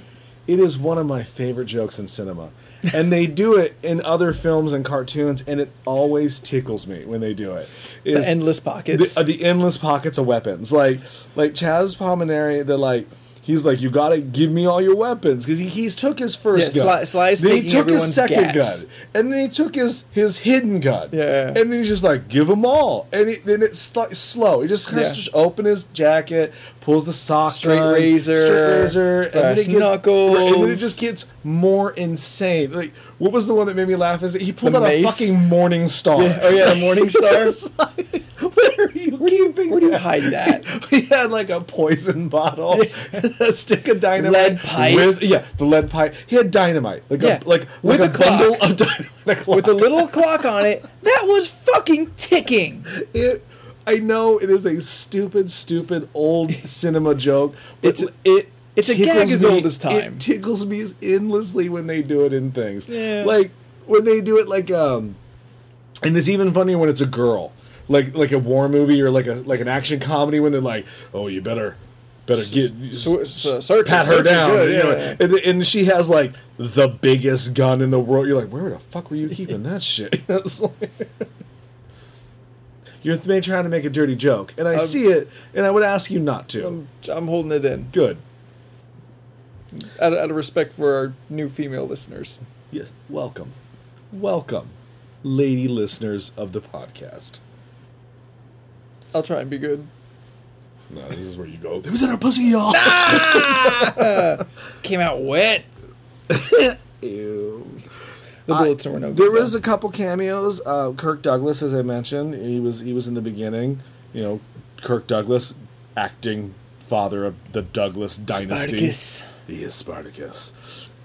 Speaker 6: It is one of my favorite jokes in cinema. And they do it in other films and cartoons, and it always tickles me when they do it.
Speaker 5: The
Speaker 6: Is
Speaker 5: endless pockets.
Speaker 6: The, uh, the endless pockets of weapons. Like like Chaz Palmineri, they're like he's like, you gotta give me all your weapons because he, he's took his first
Speaker 5: Yeah,
Speaker 6: gun.
Speaker 5: Sly- Sly's
Speaker 6: then he
Speaker 5: taking
Speaker 6: took his
Speaker 5: everyone's
Speaker 6: second
Speaker 5: gats.
Speaker 6: gun, and then he took his his hidden gun.
Speaker 5: Yeah.
Speaker 6: and then he's just like, give them all, and he, then it's sl- slow. He just kind
Speaker 5: Yeah.
Speaker 6: of open his jacket, pulls the sock,
Speaker 5: Straight
Speaker 6: gun,
Speaker 5: razor,
Speaker 6: straight razor, and then
Speaker 5: brass
Speaker 6: it gets
Speaker 5: knuckles.
Speaker 6: and then it just gets more insane. Like, what was the one that made me laugh? Is that he pulled
Speaker 5: The
Speaker 6: out
Speaker 5: mace?
Speaker 6: a fucking Morning Star?
Speaker 5: Yeah, oh yeah, the Morning Star.
Speaker 6: Where are you keeping
Speaker 5: Where do you
Speaker 6: that?
Speaker 5: hide that?
Speaker 6: He had like a poison bottle, a stick of dynamite,
Speaker 5: Lead pipe.
Speaker 6: With, yeah, the lead pipe. He had dynamite, like
Speaker 5: Yeah,
Speaker 6: a, like with
Speaker 5: with a
Speaker 6: a, bundle
Speaker 5: clock.
Speaker 6: of dynamite. a clock.
Speaker 5: With a little clock on it, that was fucking ticking.
Speaker 6: It, I know it is a stupid, stupid old cinema joke, but
Speaker 5: It's-
Speaker 6: it.
Speaker 5: it's a
Speaker 6: tickles
Speaker 5: gag as
Speaker 6: me-
Speaker 5: old as time.
Speaker 6: It tickles me endlessly when they do it in things.
Speaker 5: Yeah.
Speaker 6: Like when they do it, like um, and it's even funnier when it's a girl, like like a war movie or like a like an action comedy when they're like, oh, you better. Better get
Speaker 5: so- so- search-
Speaker 6: pat her
Speaker 5: search her
Speaker 6: down,
Speaker 5: good,
Speaker 6: you know,
Speaker 5: yeah.
Speaker 6: and, and she has like the biggest gun in the world. You're like, where the fuck were you keeping that shit? It's like- you're th- trying to make a dirty joke, and I see it, and I would ask you not to.
Speaker 5: I'm, I'm holding it in
Speaker 6: Good.
Speaker 5: out of, out of respect for our new female listeners.
Speaker 6: Yes. Welcome. Welcome, lady listeners of the podcast.
Speaker 5: I'll try and be good.
Speaker 6: No, this is where you go. It was in her pussy, y'all.
Speaker 5: Came out wet.
Speaker 6: Ew.
Speaker 5: The bullets were no good.
Speaker 6: There
Speaker 5: though.
Speaker 6: was a couple cameos. Uh, Kirk Douglas, as I mentioned, he was he was in the beginning. You know, Kirk Douglas, acting father of the Douglas dynasty.
Speaker 5: Spartacus.
Speaker 6: He is Spartacus.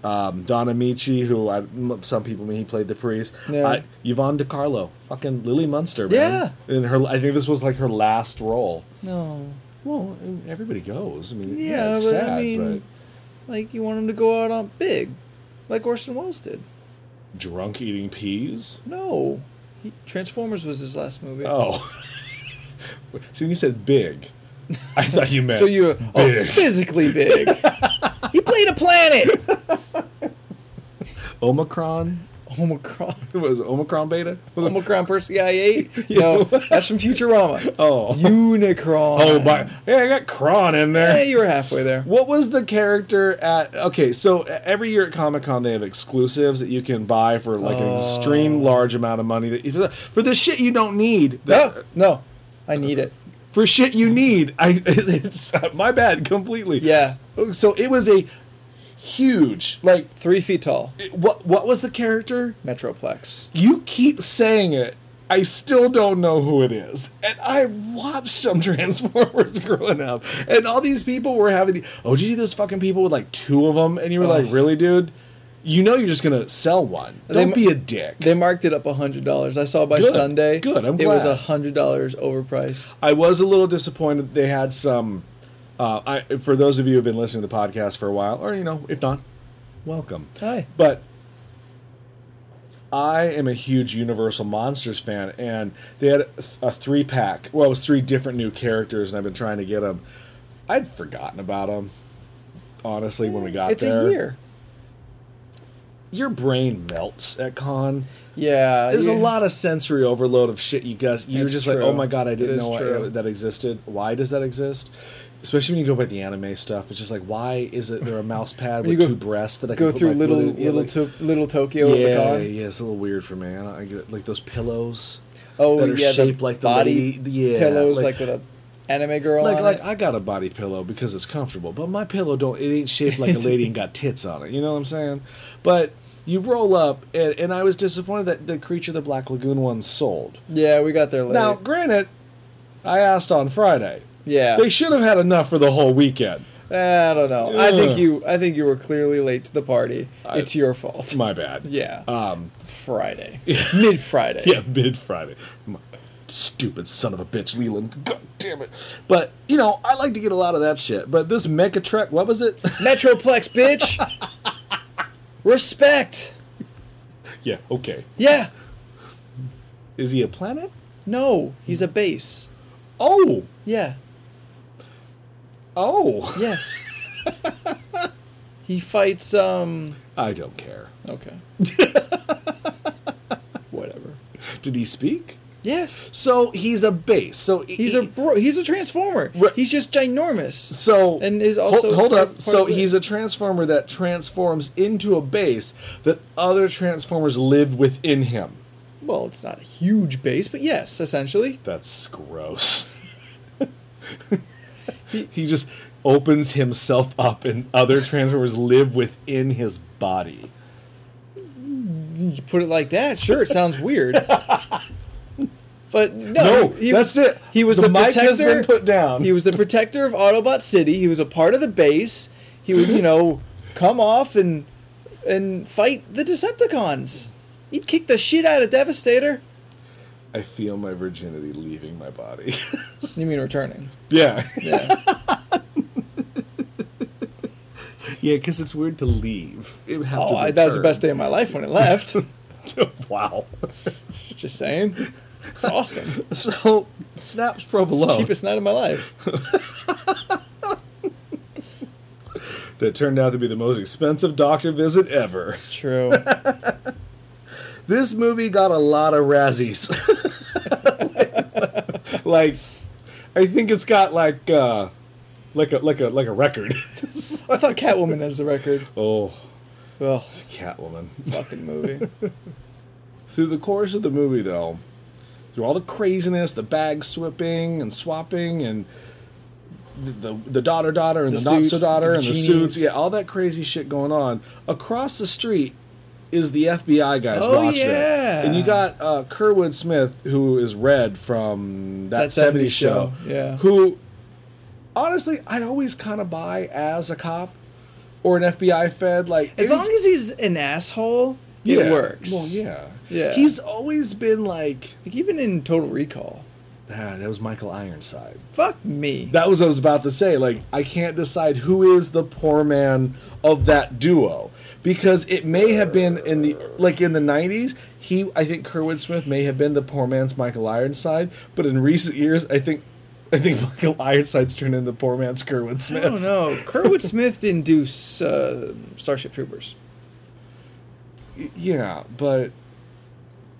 Speaker 6: Um, Don Amici, who I, m- some people mean he played the priest.
Speaker 5: Yeah.
Speaker 6: I, Yvonne DiCarlo, fucking Lily Munster, man. Yeah. And her, I think this was like her last role.
Speaker 5: no.
Speaker 6: Well, I mean, everybody goes. I mean, yeah,
Speaker 5: Yeah,
Speaker 6: it's
Speaker 5: but
Speaker 6: sad,
Speaker 5: I mean, like you want him to go out on big, like Orson Welles did.
Speaker 6: but drunk eating peas.
Speaker 5: No, he, Transformers was his last movie.
Speaker 6: Oh. See, when you said big, I thought you meant
Speaker 5: so you oh,
Speaker 6: big.
Speaker 5: physically big. he played a planet.
Speaker 6: Omicron.
Speaker 5: Omicron,
Speaker 6: What was it, Omicron beta?
Speaker 5: Omicron Persei eight. No, that's from Futurama.
Speaker 6: Oh.
Speaker 5: Unicron.
Speaker 6: Oh my! Yeah, I got Kron in there.
Speaker 5: Hey, you were halfway there.
Speaker 6: What was the character at? Okay, so e, every year at Comic Con they have exclusives that you can buy for like an
Speaker 5: Oh.
Speaker 6: extreme large amount of money that you, for the shit you don't need.
Speaker 5: No, Oh, no, I need it.
Speaker 6: For shit you need. I it's my bad completely.
Speaker 5: Yeah,
Speaker 6: So it was a huge like
Speaker 5: three feet tall.
Speaker 6: what what was the character?
Speaker 5: Metroplex.
Speaker 6: you keep saying it. I still don't know who it is. And I watched some Transformers growing up. And all these people were having, the, oh, did you see those fucking people with like two of them? And you were like, really, dude? You know you're just going to sell one.
Speaker 5: They
Speaker 6: Don't
Speaker 5: m-
Speaker 6: be a dick.
Speaker 5: They marked it up hundred dollars. I saw by
Speaker 6: Good,
Speaker 5: Sunday.
Speaker 6: good, I'm
Speaker 5: it was
Speaker 6: glad.
Speaker 5: was hundred dollars overpriced.
Speaker 6: I was a little disappointed they had some. Uh, I, for those of you who have been listening to the podcast for a while, or you know, if not, welcome.
Speaker 5: Hi.
Speaker 6: But I am a huge Universal Monsters fan, and they had a three pack. Well, it was three different new characters, and I've been trying to get them. I'd forgotten about them, honestly, when we got
Speaker 5: It's
Speaker 6: there.
Speaker 5: a year.
Speaker 6: Your brain melts at con.
Speaker 5: Yeah,
Speaker 6: There's a
Speaker 5: you-
Speaker 6: lot of sensory overload of shit you guys. You're
Speaker 5: It's
Speaker 6: just
Speaker 5: true.
Speaker 6: like, oh my god, I
Speaker 5: It
Speaker 6: didn't
Speaker 5: is
Speaker 6: know I,
Speaker 5: true.
Speaker 6: that existed. Why does that exist? Especially when you go by the anime stuff, it's just like, why is it there a mouse pad
Speaker 5: When you
Speaker 6: with
Speaker 5: go-
Speaker 6: two breasts that I can
Speaker 5: Go
Speaker 6: put
Speaker 5: through
Speaker 6: my foot
Speaker 5: little
Speaker 6: in? Yeah,
Speaker 5: little
Speaker 6: like-
Speaker 5: to, little Tokyo at the
Speaker 6: yeah,
Speaker 5: con.
Speaker 6: yeah, it's a little weird for me. I, don't, I get like those pillows.
Speaker 5: Oh
Speaker 6: that are
Speaker 5: yeah,
Speaker 6: shaped
Speaker 5: the
Speaker 6: like the
Speaker 5: body
Speaker 6: lady- yeah,
Speaker 5: pillows
Speaker 6: like-
Speaker 5: like, with a anime girl
Speaker 6: Like,
Speaker 5: on
Speaker 6: like
Speaker 5: it.
Speaker 6: I got a body pillow because it's comfortable, but my pillow don't. It ain't shaped like a lady and got tits on it. You know what I'm saying? But you roll up, and, and I was disappointed that the creature, of the Black Lagoon one, sold.
Speaker 5: yeah, we got there late.
Speaker 6: Now, granted, I asked on Friday.
Speaker 5: yeah,
Speaker 6: They should have had enough for the whole weekend.
Speaker 5: Eh, I don't know. I think you. I think you were clearly late to the party. it's your fault.
Speaker 6: It's my bad.
Speaker 5: yeah.
Speaker 6: Um,
Speaker 5: Friday. Mid Friday.
Speaker 6: yeah, mid Friday. Stupid son of a bitch, Leland. God damn it. But, you know, I like to get a lot of that shit. But this Mecha Trek, what was it?
Speaker 5: Metroplex, bitch. Respect.
Speaker 6: yeah, okay.
Speaker 5: Yeah.
Speaker 6: Is he a planet?
Speaker 5: No, he's a base.
Speaker 6: Oh!
Speaker 5: Yeah.
Speaker 6: Oh!
Speaker 5: Yes. he fights. Um.
Speaker 6: I don't care.
Speaker 5: Okay. Whatever.
Speaker 6: Did he speak?
Speaker 5: Yes.
Speaker 6: So he's a base. So
Speaker 5: He's a bro- he's a transformer.
Speaker 6: Right.
Speaker 5: He's just ginormous.
Speaker 6: so
Speaker 5: and is also
Speaker 6: hold, hold
Speaker 5: part-
Speaker 6: up.
Speaker 5: part
Speaker 6: so
Speaker 5: of the-
Speaker 6: he's a transformer that transforms into a base that other transformers live within him.
Speaker 5: Well, it's not a huge base, but yes, essentially.
Speaker 6: That's gross. he just opens himself up, and other transformers live within his body.
Speaker 5: You put it like that, sure, it sounds weird. But no,
Speaker 6: No,
Speaker 5: he-
Speaker 6: that's it.
Speaker 5: He was the,
Speaker 6: The mic
Speaker 5: protector.
Speaker 6: has been put down.
Speaker 5: He was the protector of Autobot City. He was a part of the base. He would, you know, come off and and fight the Decepticons. He'd kick the shit out of Devastator.
Speaker 6: I feel my virginity leaving my body.
Speaker 5: You mean returning?
Speaker 6: yeah,
Speaker 5: Yeah.
Speaker 6: yeah, because it's weird to leave. It would have
Speaker 5: oh,
Speaker 6: to
Speaker 5: I, that was the
Speaker 6: return.
Speaker 5: best day of my life when it left.
Speaker 6: wow.
Speaker 5: Just saying, it's awesome.
Speaker 6: So, Snap's Pro Below.
Speaker 5: Cheapest night of my life.
Speaker 6: That turned out to be the most expensive doctor visit ever.
Speaker 5: It's true.
Speaker 6: This movie got a lot of Razzies. like, I think it's got like, uh, like a like a like a record.
Speaker 5: I thought Catwoman has the record.
Speaker 6: oh,
Speaker 5: Well,
Speaker 6: Catwoman.
Speaker 5: fucking movie.
Speaker 6: Through the course of the movie, though, through all the craziness, the bag swapping and swapping, and the the, the daughter daughter and
Speaker 5: The
Speaker 6: the, not so
Speaker 5: suits,
Speaker 6: daughter
Speaker 5: the
Speaker 6: and the
Speaker 5: genies.
Speaker 6: suits, yeah, all that crazy shit going on across the street is the FBI guys
Speaker 5: Oh,
Speaker 6: watching
Speaker 5: yeah.
Speaker 6: it, and you got uh, Kerwood Smith who is Red from that, 70s, show,
Speaker 5: yeah.
Speaker 6: who honestly I always kind of buy as a cop or an FBI fed, like
Speaker 5: As
Speaker 6: it-
Speaker 5: long as he's an asshole,
Speaker 6: yeah.
Speaker 5: it works.
Speaker 6: Well, yeah,
Speaker 5: Yeah.
Speaker 6: He's always been like.
Speaker 5: Like even in Total Recall,
Speaker 6: Ah, that was Michael Ironside.
Speaker 5: fuck me.
Speaker 6: That was what I was about to say. Like, I can't decide who is the poor man of that duo because it may have been in the like in the '90s. He, I think, Kerwin Smith may have been the poor man's Michael Ironside, but in recent years, I think, I think Michael Ironside's turned into the poor man's Kerwin
Speaker 5: I
Speaker 6: Smith.
Speaker 5: don't know. Kerwood Smith didn't do uh, Starship Troopers.
Speaker 6: Yeah, but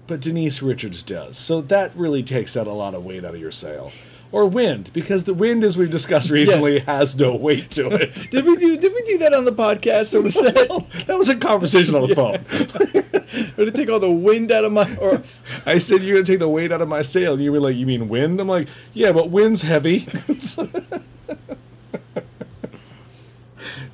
Speaker 6: but Denise Richards does. So that really takes out a lot of weight out of your sail. Or wind, because the wind, as we've discussed recently, has no weight to it. Oh,
Speaker 5: Did we do? Did we do that on the podcast, or was that?
Speaker 6: that was a conversation on the phone.
Speaker 5: Or to take all the wind out of my? Or
Speaker 6: I said you're gonna take the weight out of my sail, and you were like, "You mean wind?" I'm like, "Yeah, but wind's heavy."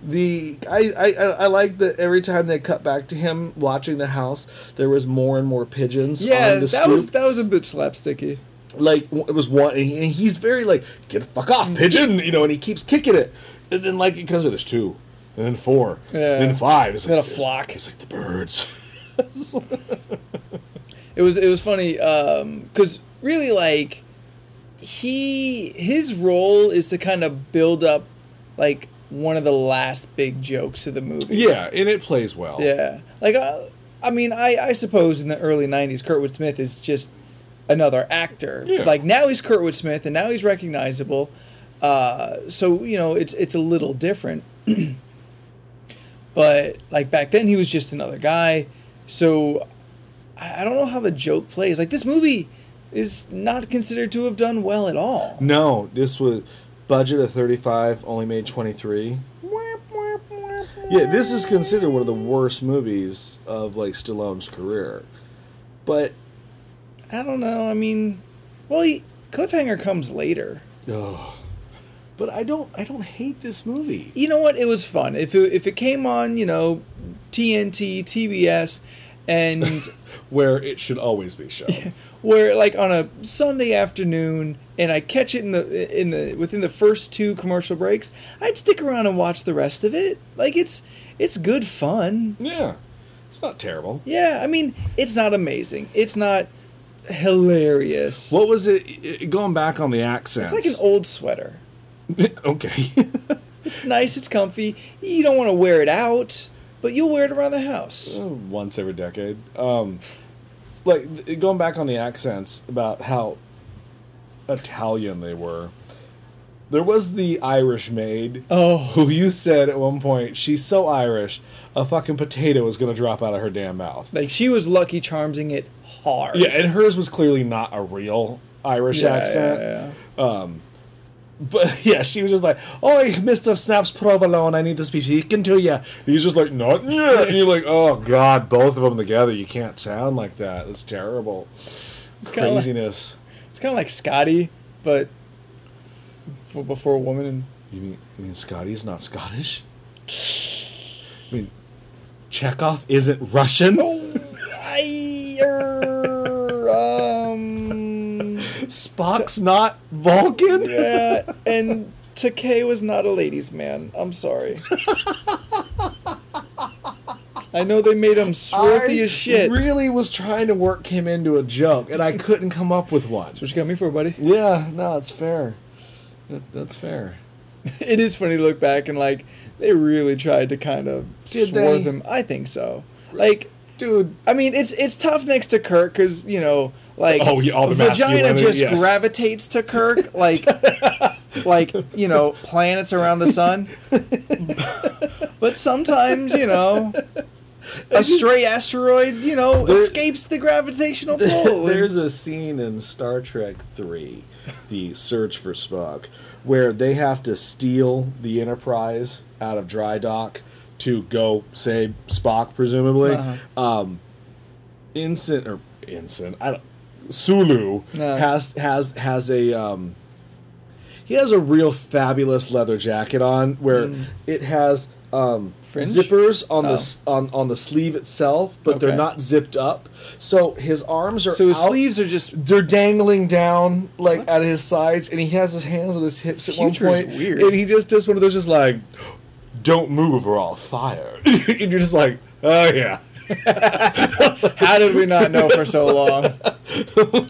Speaker 6: the I, I I I like that every time they cut back to him watching the house, there was more and more pigeons. on
Speaker 5: yeah,
Speaker 6: the
Speaker 5: that
Speaker 6: stoop.
Speaker 5: was that was a bit slapsticky.
Speaker 6: like w- it was one, and he- and he's very like, "Get the fuck off, pigeon!" You know, and he keeps kicking it, and then like it comes with us two, and then four,
Speaker 5: Yeah.
Speaker 6: and then five. It's
Speaker 5: Then
Speaker 6: like
Speaker 5: a flock.
Speaker 6: It's like the birds.
Speaker 5: It was it was funny because really like he his role is to kind of build up like one of the last big jokes of the movie.
Speaker 6: yeah, and it plays well.
Speaker 5: Yeah, like uh, I mean, I I suppose in the early '90s, Kurtwood Smith is just another actor.
Speaker 6: Yeah.
Speaker 5: Like now he's Kurtwood Smith, and now he's recognizable. Uh, so you know, it's it's a little different. but like back then, he was just another guy. So I, I don't know how the joke plays. Like this movie is not considered to have done well at all.
Speaker 6: No, this was budget of 35, only made 23. Yeah, this is considered one of the worst movies of like Stallone's career. But
Speaker 5: I don't know. I mean, well, he, cliffhanger comes later.
Speaker 6: oh, but I don't I don't hate this movie.
Speaker 5: you know what? It was fun. If it, if it came on, you know, TNT, TBS, and
Speaker 6: Where it should always be shown.
Speaker 5: where like on a Sunday afternoon and I catch it in the in the within the first two commercial breaks, I'd stick around and watch the rest of it. Like it's it's good fun.
Speaker 6: Yeah, it's not terrible.
Speaker 5: Yeah, I mean, it's not amazing. It's not hilarious.
Speaker 6: What was it? i- Going back on the accents.
Speaker 5: it's like an old sweater.
Speaker 6: okay.
Speaker 5: It's nice, it's comfy. You don't want to wear it out, but you'll wear it around the house.
Speaker 6: once every decade. Um, like th- going back on the accents about how Italian they were. There was the Irish maid
Speaker 5: Oh,
Speaker 6: who you said at one point she's so Irish, a fucking potato is gonna drop out of her damn mouth.
Speaker 5: like she was lucky charmsing it hard.
Speaker 6: Yeah, and hers was clearly not a real Irish
Speaker 5: Yeah,
Speaker 6: accent.
Speaker 5: yeah,
Speaker 6: But yeah, she was just like, "Oh, Mister Snaps Provolone, I need to be speaking to you." He's just like, "No, yeah," and you're like, "Oh God, both of them together, you can't sound like that. It's terrible."
Speaker 5: It's kinda like-
Speaker 6: Craziness.
Speaker 5: It's kind of like Scotty, but for, before a woman. And
Speaker 6: You mean you mean Scotty's not Scottish? I mean, Chekhov isn't Russian.
Speaker 5: I, er, um,
Speaker 6: Spock's not Vulcan.
Speaker 5: yeah, and Takei was not a ladies' man. I'm sorry. I know they made him swarthy
Speaker 6: I
Speaker 5: as shit.
Speaker 6: Really was trying to work him into a joke, and I couldn't come up with one.
Speaker 5: That's what you got me for, buddy.
Speaker 6: Yeah, no, that's fair. That, that's fair.
Speaker 5: It is funny to look back and like they really tried to kind of
Speaker 6: Did
Speaker 5: swarth
Speaker 6: they?
Speaker 5: him. I think so. Like
Speaker 6: Dude,
Speaker 5: I mean, it's it's tough next to Kirk because you know, like,
Speaker 6: Oh, yeah, all the
Speaker 5: vagina
Speaker 6: masculinity,
Speaker 5: just
Speaker 6: yes.
Speaker 5: gravitates to Kirk, like, like you know, planets around the sun. but sometimes, you know, a stray asteroid, you know, escapes the gravitational pull.
Speaker 6: There's a scene in Star Trek 3, The Search for Spock, where they have to steal the Enterprise out of dry dock to go save Spock, presumably.
Speaker 5: Uh-huh.
Speaker 6: Um, Ensign, or Ensign, I don't, Sulu
Speaker 5: No.
Speaker 6: has, has, has a. Um, he has a real fabulous leather jacket on where it has um,
Speaker 5: Mm. Fringe?
Speaker 6: zippers on the
Speaker 5: Oh.
Speaker 6: s- on, on the sleeve itself, but they're
Speaker 5: Okay.
Speaker 6: not zipped up. So his arms are
Speaker 5: so his
Speaker 6: out-
Speaker 5: sleeves are just
Speaker 6: they're dangling down like at his sides, and he has his hands on his hips at
Speaker 5: Future
Speaker 6: one
Speaker 5: is
Speaker 6: point.
Speaker 5: weird.
Speaker 6: And he just does one of those, just like, "Don't move, or I'll fire." and you're just like, "Oh yeah."
Speaker 5: how did we not know for so long?
Speaker 6: you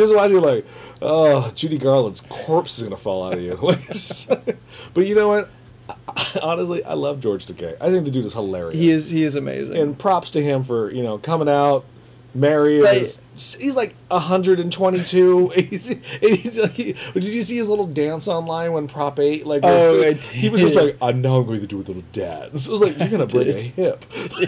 Speaker 6: just watch, you're like, "Oh, Judy Garland's corpse is gonna fall out of you." Like, it's- but you know what? Honestly, I love George Takei. I think the dude is hilarious.
Speaker 5: He is he is amazing.
Speaker 6: and props to him for you know coming out. Mary
Speaker 5: Right.
Speaker 6: is he's like 122. He's, and he's like, he- did you see his little dance online when Prop 8 like was-
Speaker 5: Oh, I
Speaker 6: he was just
Speaker 5: did.
Speaker 6: like I'm now going to do a little dance. It was like you're gonna break a
Speaker 5: did.
Speaker 6: hip.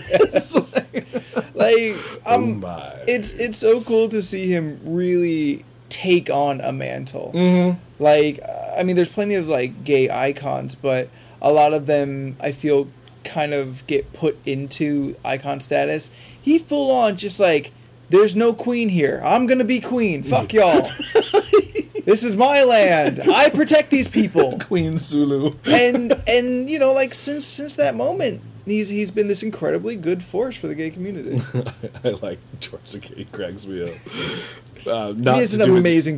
Speaker 5: like,
Speaker 6: oh
Speaker 5: I'm
Speaker 6: my.
Speaker 5: it's it's so cool to see him really take on a mantle. Mm-hmm. Like, I mean, there's plenty of like gay icons, but a lot of them I feel kind of get put into icon status. He full on just like, there's no queen here. I'm gonna be queen. Fuck y'all. this is my land. I protect these people
Speaker 6: Queen Sulu.
Speaker 5: and and you know like since since that moment he's he's been this incredibly good force for the gay community
Speaker 6: I like George Takei cracks me up. Uh, not
Speaker 5: he has
Speaker 6: to
Speaker 5: an
Speaker 6: do with-
Speaker 5: amazing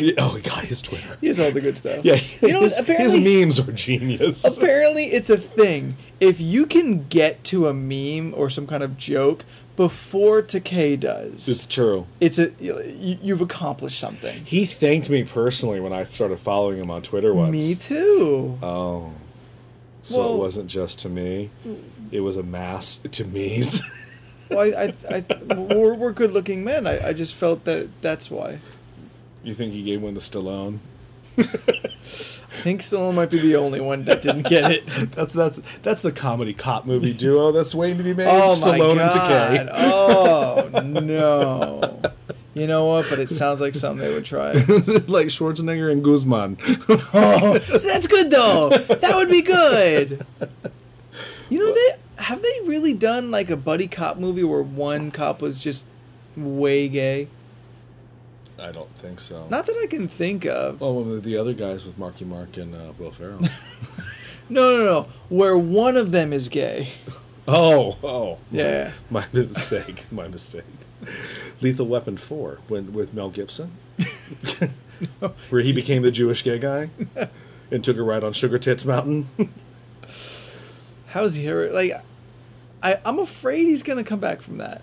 Speaker 6: Yeah, oh god, his Twitter.
Speaker 5: he has all the good stuff
Speaker 6: Yeah,
Speaker 5: you know
Speaker 6: his,
Speaker 5: apparently
Speaker 6: his memes are genius.
Speaker 5: apparently it's a thing if you can get to a meme or some kind of joke before Takei does
Speaker 6: It's true.
Speaker 5: it's a you, you've accomplished something
Speaker 6: He thanked me personally when I started following him on Twitter once.
Speaker 5: me too
Speaker 6: Oh. So
Speaker 5: Well-
Speaker 6: it wasn't just to me. It was a mass to me's.
Speaker 5: well, I, I, I, we're, we're good looking men I, I just felt that that's why
Speaker 6: you think he gave one to Stallone?
Speaker 5: I think Stallone might be the only one that didn't get it
Speaker 6: That's that's that's the comedy cop movie duo that's waiting to be made.
Speaker 5: Oh
Speaker 6: Stallone
Speaker 5: my god!
Speaker 6: and Takei.
Speaker 5: Oh no! You know what? But it sounds like something they would try.
Speaker 6: like Schwarzenegger and Guzman.
Speaker 5: So that's good though. That would be good. You know they have they really done like a buddy cop movie where one cop was just way gay?
Speaker 6: I don't think so.
Speaker 5: Not that I can think of.
Speaker 6: well, one of the other guys with Marky Mark and uh, Will Ferrell.
Speaker 5: No, no, no. Where one of them is gay.
Speaker 6: Oh, oh,
Speaker 5: Yeah.
Speaker 6: My, my mistake. My mistake. Lethal Weapon Four when with Mel Gibson, where he became the Jewish gay guy and took a ride on Sugar Tits Mountain.
Speaker 5: How's he ever like? I I'm afraid he's gonna come back from that.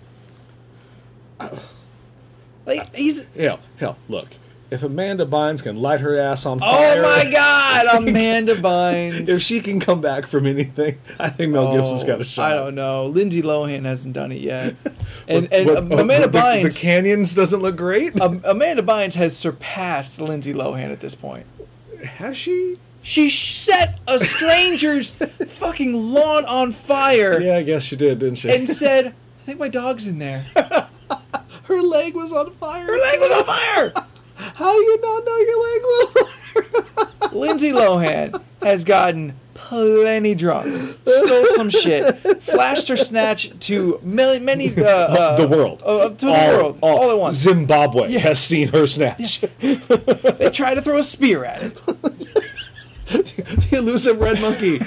Speaker 5: Like he's.
Speaker 6: hell, hell, look. If Amanda Bynes can light her ass on fire,
Speaker 5: Oh my God, Amanda Bynes.
Speaker 6: If she can come back from anything, I think Mel Gibson's
Speaker 5: Oh,
Speaker 6: got a shot.
Speaker 5: I don't know. Lindsay Lohan hasn't done it yet, and
Speaker 6: But-
Speaker 5: and
Speaker 6: but-
Speaker 5: uh, Amanda
Speaker 6: but the-
Speaker 5: Bynes. Uh,
Speaker 6: The canyons doesn't look great.
Speaker 5: Am- Amanda Bynes has surpassed Lindsay Lohan at this point.
Speaker 6: Has she?
Speaker 5: She set a stranger's fucking lawn on fire
Speaker 6: Yeah, I guess she did, didn't she?
Speaker 5: and said, "I think my dog's in there." Her
Speaker 6: her leg was on fire.
Speaker 5: leg was on fire.
Speaker 6: How do you not know your leg was on fire?
Speaker 5: Lindsay Lohan has gotten plenty drunk, stole some shit, flashed her snatch to many, many uh, uh,
Speaker 6: the world.
Speaker 5: uh, to the world, all, at once.
Speaker 6: Zimbabwe has seen her snatch.
Speaker 5: They tried to throw a spear at it.
Speaker 6: the elusive red monkey.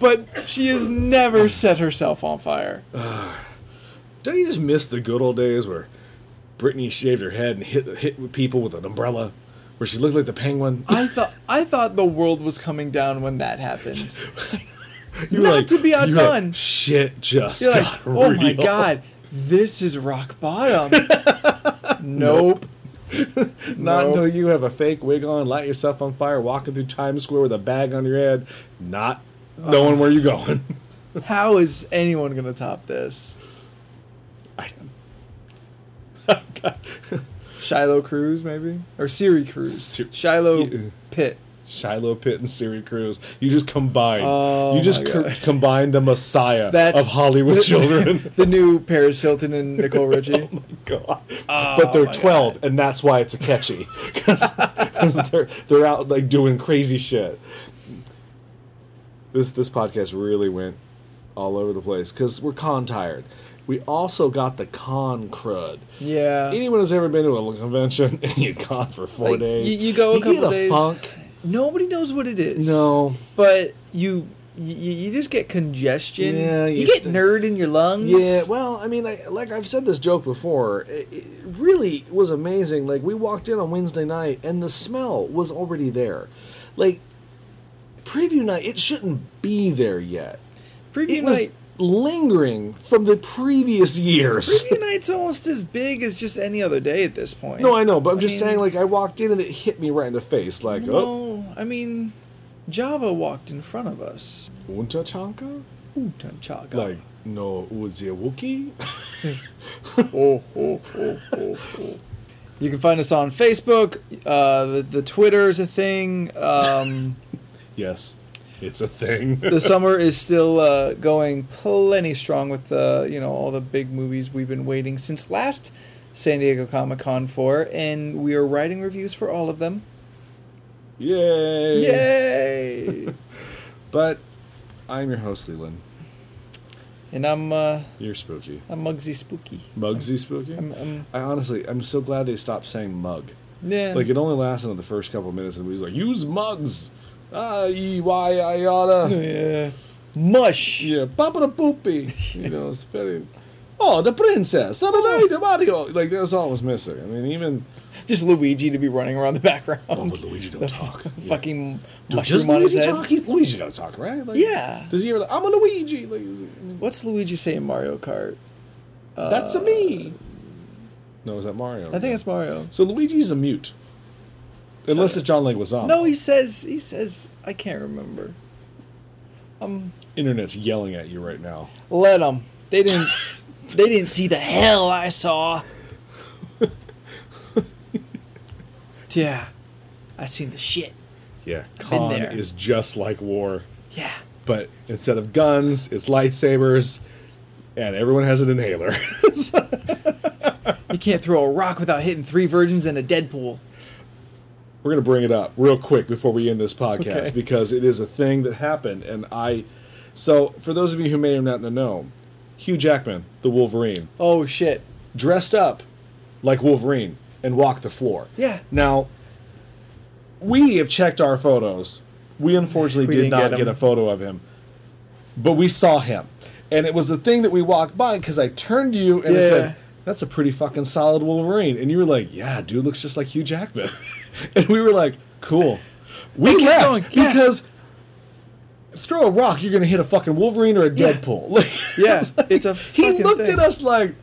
Speaker 5: but she has never set herself on fire.
Speaker 6: Don't you just miss the good old days where Britney shaved her head and hit hit with people with an umbrella, where she looked like the penguin?
Speaker 5: I thought I thought the world was coming down when that happened.
Speaker 6: You were
Speaker 5: Not to be
Speaker 6: you were
Speaker 5: outdone.
Speaker 6: Shit just
Speaker 5: You're
Speaker 6: got
Speaker 5: like, oh my
Speaker 6: real."
Speaker 5: god, this is rock bottom. nope.
Speaker 6: Not
Speaker 5: No.
Speaker 6: until you have a fake wig on, light yourself on fire, walking through Times Square with a bag on your head, not knowing
Speaker 5: Uh-huh.
Speaker 6: where you're going.
Speaker 5: How is anyone gonna top this? Shiloh Cruz, maybe or Siri Cruz,
Speaker 6: Sir-
Speaker 5: Shiloh
Speaker 6: Yeah.
Speaker 5: Pitt.
Speaker 6: Shiloh Pitt and Siri Cruz. You just combine.
Speaker 5: Oh
Speaker 6: you just
Speaker 5: my
Speaker 6: co-
Speaker 5: God.
Speaker 6: combine the messiah
Speaker 5: That's
Speaker 6: of Hollywood
Speaker 5: the-
Speaker 6: children.
Speaker 5: The new Paris Hilton and Nicole Richie.
Speaker 6: Oh my God. but they're
Speaker 5: my
Speaker 6: 12, and that's why it's a catchy. Because they're, they're out like doing crazy shit. This, this podcast really went all over the place because we're con tired. We also got the con crud.
Speaker 5: Yeah.
Speaker 6: Anyone who's ever been to a convention and you con for four
Speaker 5: Like,
Speaker 6: days,
Speaker 5: You, you go a couple
Speaker 6: get a
Speaker 5: days.
Speaker 6: funk.
Speaker 5: Nobody knows what it is.
Speaker 6: No,
Speaker 5: but you you, you just get congestion.
Speaker 6: Yeah,
Speaker 5: you,
Speaker 6: you
Speaker 5: get
Speaker 6: st-
Speaker 5: nerd in your lungs.
Speaker 6: Yeah, well, I mean, I, like I've said this joke before, it, it really was amazing. Like we walked in on Wednesday night, and the smell was already there. Like preview night, it shouldn't be there yet.
Speaker 5: preview
Speaker 6: It was
Speaker 5: night.
Speaker 6: lingering from the previous years.
Speaker 5: Preview night's almost as big as just any other day at this point.
Speaker 6: No, I know, but I'm just
Speaker 5: mean,
Speaker 6: saying. Like I walked in, and it hit me right in the face. Like, oh,
Speaker 5: no, I mean, Java walked in front of us.
Speaker 6: Unterchanka?
Speaker 5: Ooh, Tanchaga.
Speaker 6: Like, no, Uziawuki?
Speaker 5: oh, oh, oh, oh, oh. You can find us on Facebook. Uh, the the Twitter's a thing. Um,
Speaker 6: yes, it's a thing.
Speaker 5: the summer is still uh, going plenty strong with uh, you know all the big movies we've been waiting since last San Diego Comic Con for, and we are writing reviews for all of them.
Speaker 6: Yay!
Speaker 5: Yay!
Speaker 6: But I'm your host, Leland.
Speaker 5: and I'm uh,
Speaker 6: You're spooky.
Speaker 5: I'm Mugsy Spooky.
Speaker 6: Mugsy spooky?
Speaker 5: I'm, I'm
Speaker 6: I honestly, I'm so glad they stopped saying mug.
Speaker 5: yeah.
Speaker 6: Like, it only lasted on the first couple of minutes, and we was like, use mugs! Ah, ee, why, I oughta.
Speaker 5: yeah. Mush.
Speaker 6: Yeah, papa the poopy. You know, it's very. Oh, the princess! Ah,
Speaker 5: Oh.
Speaker 6: the lady, Mario! Like, that's all it was missing. I mean, even.
Speaker 5: Just Luigi to be running around the background.
Speaker 6: Luigi don't talk.
Speaker 5: Fucking
Speaker 6: Does
Speaker 5: mushroom on his
Speaker 6: Luigi
Speaker 5: head.
Speaker 6: talk? He's, Luigi don't talk, right? Like,
Speaker 5: Yeah.
Speaker 6: Does he ever, like, I'm a Luigi! Like, is it- I mean,
Speaker 5: What's Luigi say in Mario Kart?
Speaker 6: that's a me! No, is that Mario?
Speaker 5: Uh, I think it's Mario.
Speaker 6: So Luigi's a mute. Unless it's John Leguizamo.
Speaker 5: No, he says he says I can't remember. Um.
Speaker 6: internet's yelling at you right now.
Speaker 5: Let them. They didn't. they didn't see the hell I saw. yeah, I seen the shit.
Speaker 6: Yeah,
Speaker 5: been
Speaker 6: con
Speaker 5: there.
Speaker 6: is just like war,
Speaker 5: Yeah,
Speaker 6: but instead of guns, it's lightsabers, and everyone has an inhaler.
Speaker 5: you can't throw a rock without hitting three virgins and a Deadpool.
Speaker 6: We're gonna bring it up real quick before we end this podcast
Speaker 5: Okay.
Speaker 6: because it is a thing that happened, and I. So for those of you who may or not know, Hugh Jackman, the Wolverine,
Speaker 5: Oh shit!
Speaker 6: dressed up like Wolverine and walked the floor.
Speaker 5: Yeah.
Speaker 6: Now, we have checked our photos. We unfortunately
Speaker 5: We
Speaker 6: did
Speaker 5: didn't
Speaker 6: not
Speaker 5: get him.
Speaker 6: get a photo of him, but we saw him, and it was the thing that we walked by because I turned to you and I
Speaker 5: Yeah.
Speaker 6: said, "That's a pretty fucking solid Wolverine," and you were like, "Yeah, dude looks just like Hugh Jackman," and we were like, "Cool." We
Speaker 5: kept
Speaker 6: left
Speaker 5: going, yeah.
Speaker 6: because throw a rock, you're gonna hit a fucking Wolverine or a
Speaker 5: Yeah.
Speaker 6: Deadpool. Like,
Speaker 5: Yeah, it's a fucking
Speaker 6: he looked
Speaker 5: thing.
Speaker 6: at us like,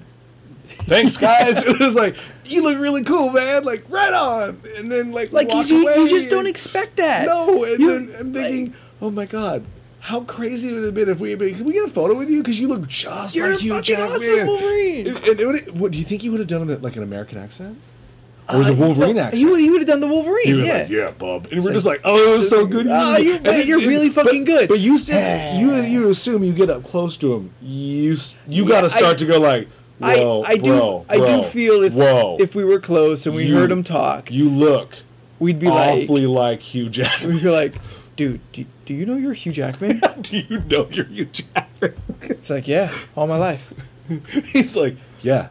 Speaker 6: "Thanks, guys." it was like, "You look really cool, man." Like, right on. And then like,
Speaker 5: Like you,
Speaker 6: walked
Speaker 5: ju-
Speaker 6: away
Speaker 5: you just don't
Speaker 6: and-
Speaker 5: expect that.
Speaker 6: No, and
Speaker 5: You-
Speaker 6: then I'm thinking, "Oh my god." How crazy it would it have been if we had been? Can we get a photo with you? Because you look just
Speaker 5: You're
Speaker 6: like
Speaker 5: a
Speaker 6: Hugh
Speaker 5: fucking
Speaker 6: Jackman.
Speaker 5: awesome Wolverine.
Speaker 6: And- and it would- what do you think you would have done in like an American accent, or
Speaker 5: Uh,
Speaker 6: the Wolverine
Speaker 5: no,
Speaker 6: accent?
Speaker 5: He would, he would have done the Wolverine.
Speaker 6: He was
Speaker 5: yeah.
Speaker 6: like, "Yeah, bub," and we're just like, "Oh, it was so good."
Speaker 5: Ah, you-
Speaker 6: And
Speaker 5: man, you're really fucking
Speaker 6: but-
Speaker 5: good.
Speaker 6: But you said you you assume you get up close to him. You s- you
Speaker 5: Yeah,
Speaker 6: got to
Speaker 5: I-
Speaker 6: start to go like, "Whoa,
Speaker 5: I, I do
Speaker 6: bro,
Speaker 5: I
Speaker 6: bro,
Speaker 5: do feel if
Speaker 6: whoa,
Speaker 5: if we were close and we
Speaker 6: you-
Speaker 5: heard him talk,
Speaker 6: you look
Speaker 5: we'd be like
Speaker 6: awfully like Hugh Jackman.
Speaker 5: we'd be like, dude, do, do you know you're Hugh Jackman?
Speaker 6: do you know you're Hugh Jackman?
Speaker 5: It's like, yeah, all my life.
Speaker 6: He's like, "Yeah."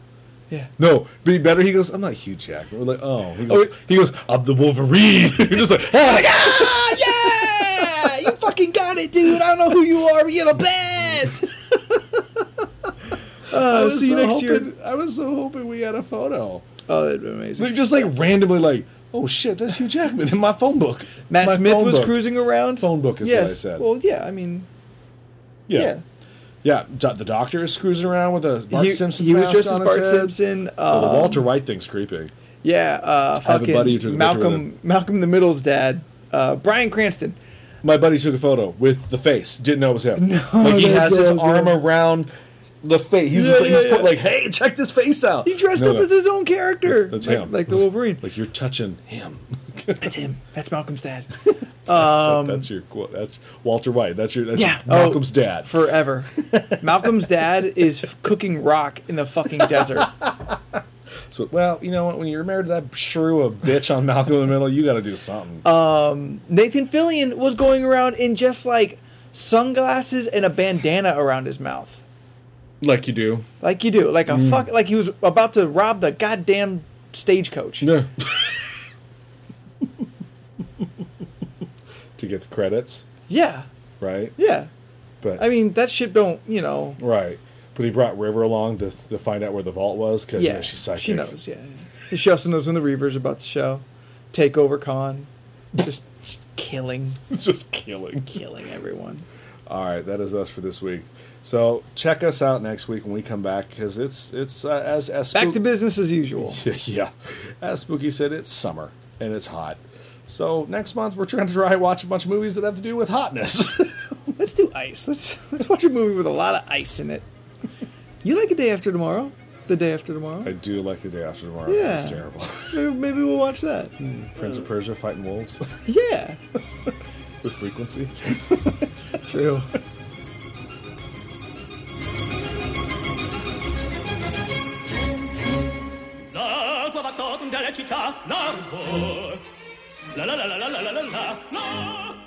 Speaker 5: Yeah.
Speaker 6: No, be better. He goes, I'm not Hugh Jackman. We're like, oh. He
Speaker 5: Oh,
Speaker 6: goes, he goes I'm the Wolverine. You're just like, "Ah, yeah!"
Speaker 5: yeah! You fucking got it, dude. I don't know who you are, but you're the best.
Speaker 6: I
Speaker 5: oh,
Speaker 6: was
Speaker 5: see you
Speaker 6: so
Speaker 5: next year.
Speaker 6: hoping- I was so hoping we had a photo.
Speaker 5: Oh, that'd be amazing.
Speaker 6: Like just like randomly, like, oh shit, that's Hugh Jackman in my phone book.
Speaker 5: Matt
Speaker 6: My
Speaker 5: Smith
Speaker 6: phone
Speaker 5: was
Speaker 6: book.
Speaker 5: cruising around.
Speaker 6: Phone book is what I
Speaker 5: yes.
Speaker 6: said.
Speaker 5: Well, yeah. I mean,
Speaker 6: Yeah, yeah.
Speaker 5: yeah.
Speaker 6: Do- the doctor is cruising around with a Bart
Speaker 5: he,
Speaker 6: Simpson.
Speaker 5: he was
Speaker 6: mask
Speaker 5: dressed as
Speaker 6: on his
Speaker 5: Bart
Speaker 6: head.
Speaker 5: Simpson.
Speaker 6: Oh, the
Speaker 5: um,
Speaker 6: Walter White thing's creepy.
Speaker 5: Yeah, uh,
Speaker 6: have a
Speaker 5: fucking
Speaker 6: buddy who took a picture with
Speaker 5: Malcolm,
Speaker 6: him.
Speaker 5: Malcolm in the Middle's dad, uh, Brian Cranston.
Speaker 6: My buddy took a photo with the face. Didn't know it was him.
Speaker 5: No,
Speaker 6: like he
Speaker 5: that's
Speaker 6: has his
Speaker 5: what I was
Speaker 6: arm
Speaker 5: doing.
Speaker 6: around the face. He's,
Speaker 5: Yeah,
Speaker 6: just, like-
Speaker 5: yeah,
Speaker 6: he's put
Speaker 5: yeah.
Speaker 6: like, hey, check this face out.
Speaker 5: He dressed
Speaker 6: No,
Speaker 5: up
Speaker 6: no.
Speaker 5: as his own character,
Speaker 6: That's
Speaker 5: like,
Speaker 6: him.
Speaker 5: like the Wolverine.
Speaker 6: Like you're touching him.
Speaker 5: that's him. That's Malcolm's dad.
Speaker 6: that's your quote. That's Walter White. That's your that's
Speaker 5: Um, Yeah. Oh.
Speaker 6: your- Malcolm's dad.
Speaker 5: Forever. Malcolm's dad is f- cooking rock in the fucking desert.
Speaker 6: So, well, you know what? When you're married to that shrew of bitch on Malcolm in the Middle, you got to do something.
Speaker 5: Nathan Fillion was going around in just like sunglasses and a bandana around his mouth.
Speaker 6: like you do.
Speaker 5: Like you do. Like a
Speaker 6: Mm.
Speaker 5: fuck like he was about to rob the goddamn stagecoach.
Speaker 6: Yeah. to get the credits,
Speaker 5: Yeah.
Speaker 6: right?
Speaker 5: Yeah.
Speaker 6: But
Speaker 5: I mean that shit don't, you know,
Speaker 6: right. But he brought River along to, to find out where the vault was because
Speaker 5: yeah.
Speaker 6: you know, she's psychic.
Speaker 5: She knows, yeah. yeah. She also knows when the Reaver's about to show. Take over con. Just, just killing,
Speaker 6: It's just killing.
Speaker 5: killing everyone.
Speaker 6: All right, that is us for this week. So check us out next week when we come back because it's it's uh, as as
Speaker 5: Back to
Speaker 6: spook-
Speaker 5: business as usual.
Speaker 6: yeah, as Spooky said, it's summer and it's hot. So next month we're trying to try and watch a bunch of movies that have to do with hotness.
Speaker 5: Let's do ice. Let's let's watch a movie with a lot of ice in it. You like a day after tomorrow? The day after
Speaker 6: I
Speaker 5: tomorrow?
Speaker 6: do like the day after tomorrow.
Speaker 5: Yeah.
Speaker 6: It's terrible.
Speaker 5: Maybe, maybe we'll watch that.
Speaker 6: Prince of Persia fighting wolves
Speaker 5: Yeah.
Speaker 6: with frequency.
Speaker 5: True.
Speaker 4: L'acqua va torna dalla città, Narbo. La la la la la la la la la. No!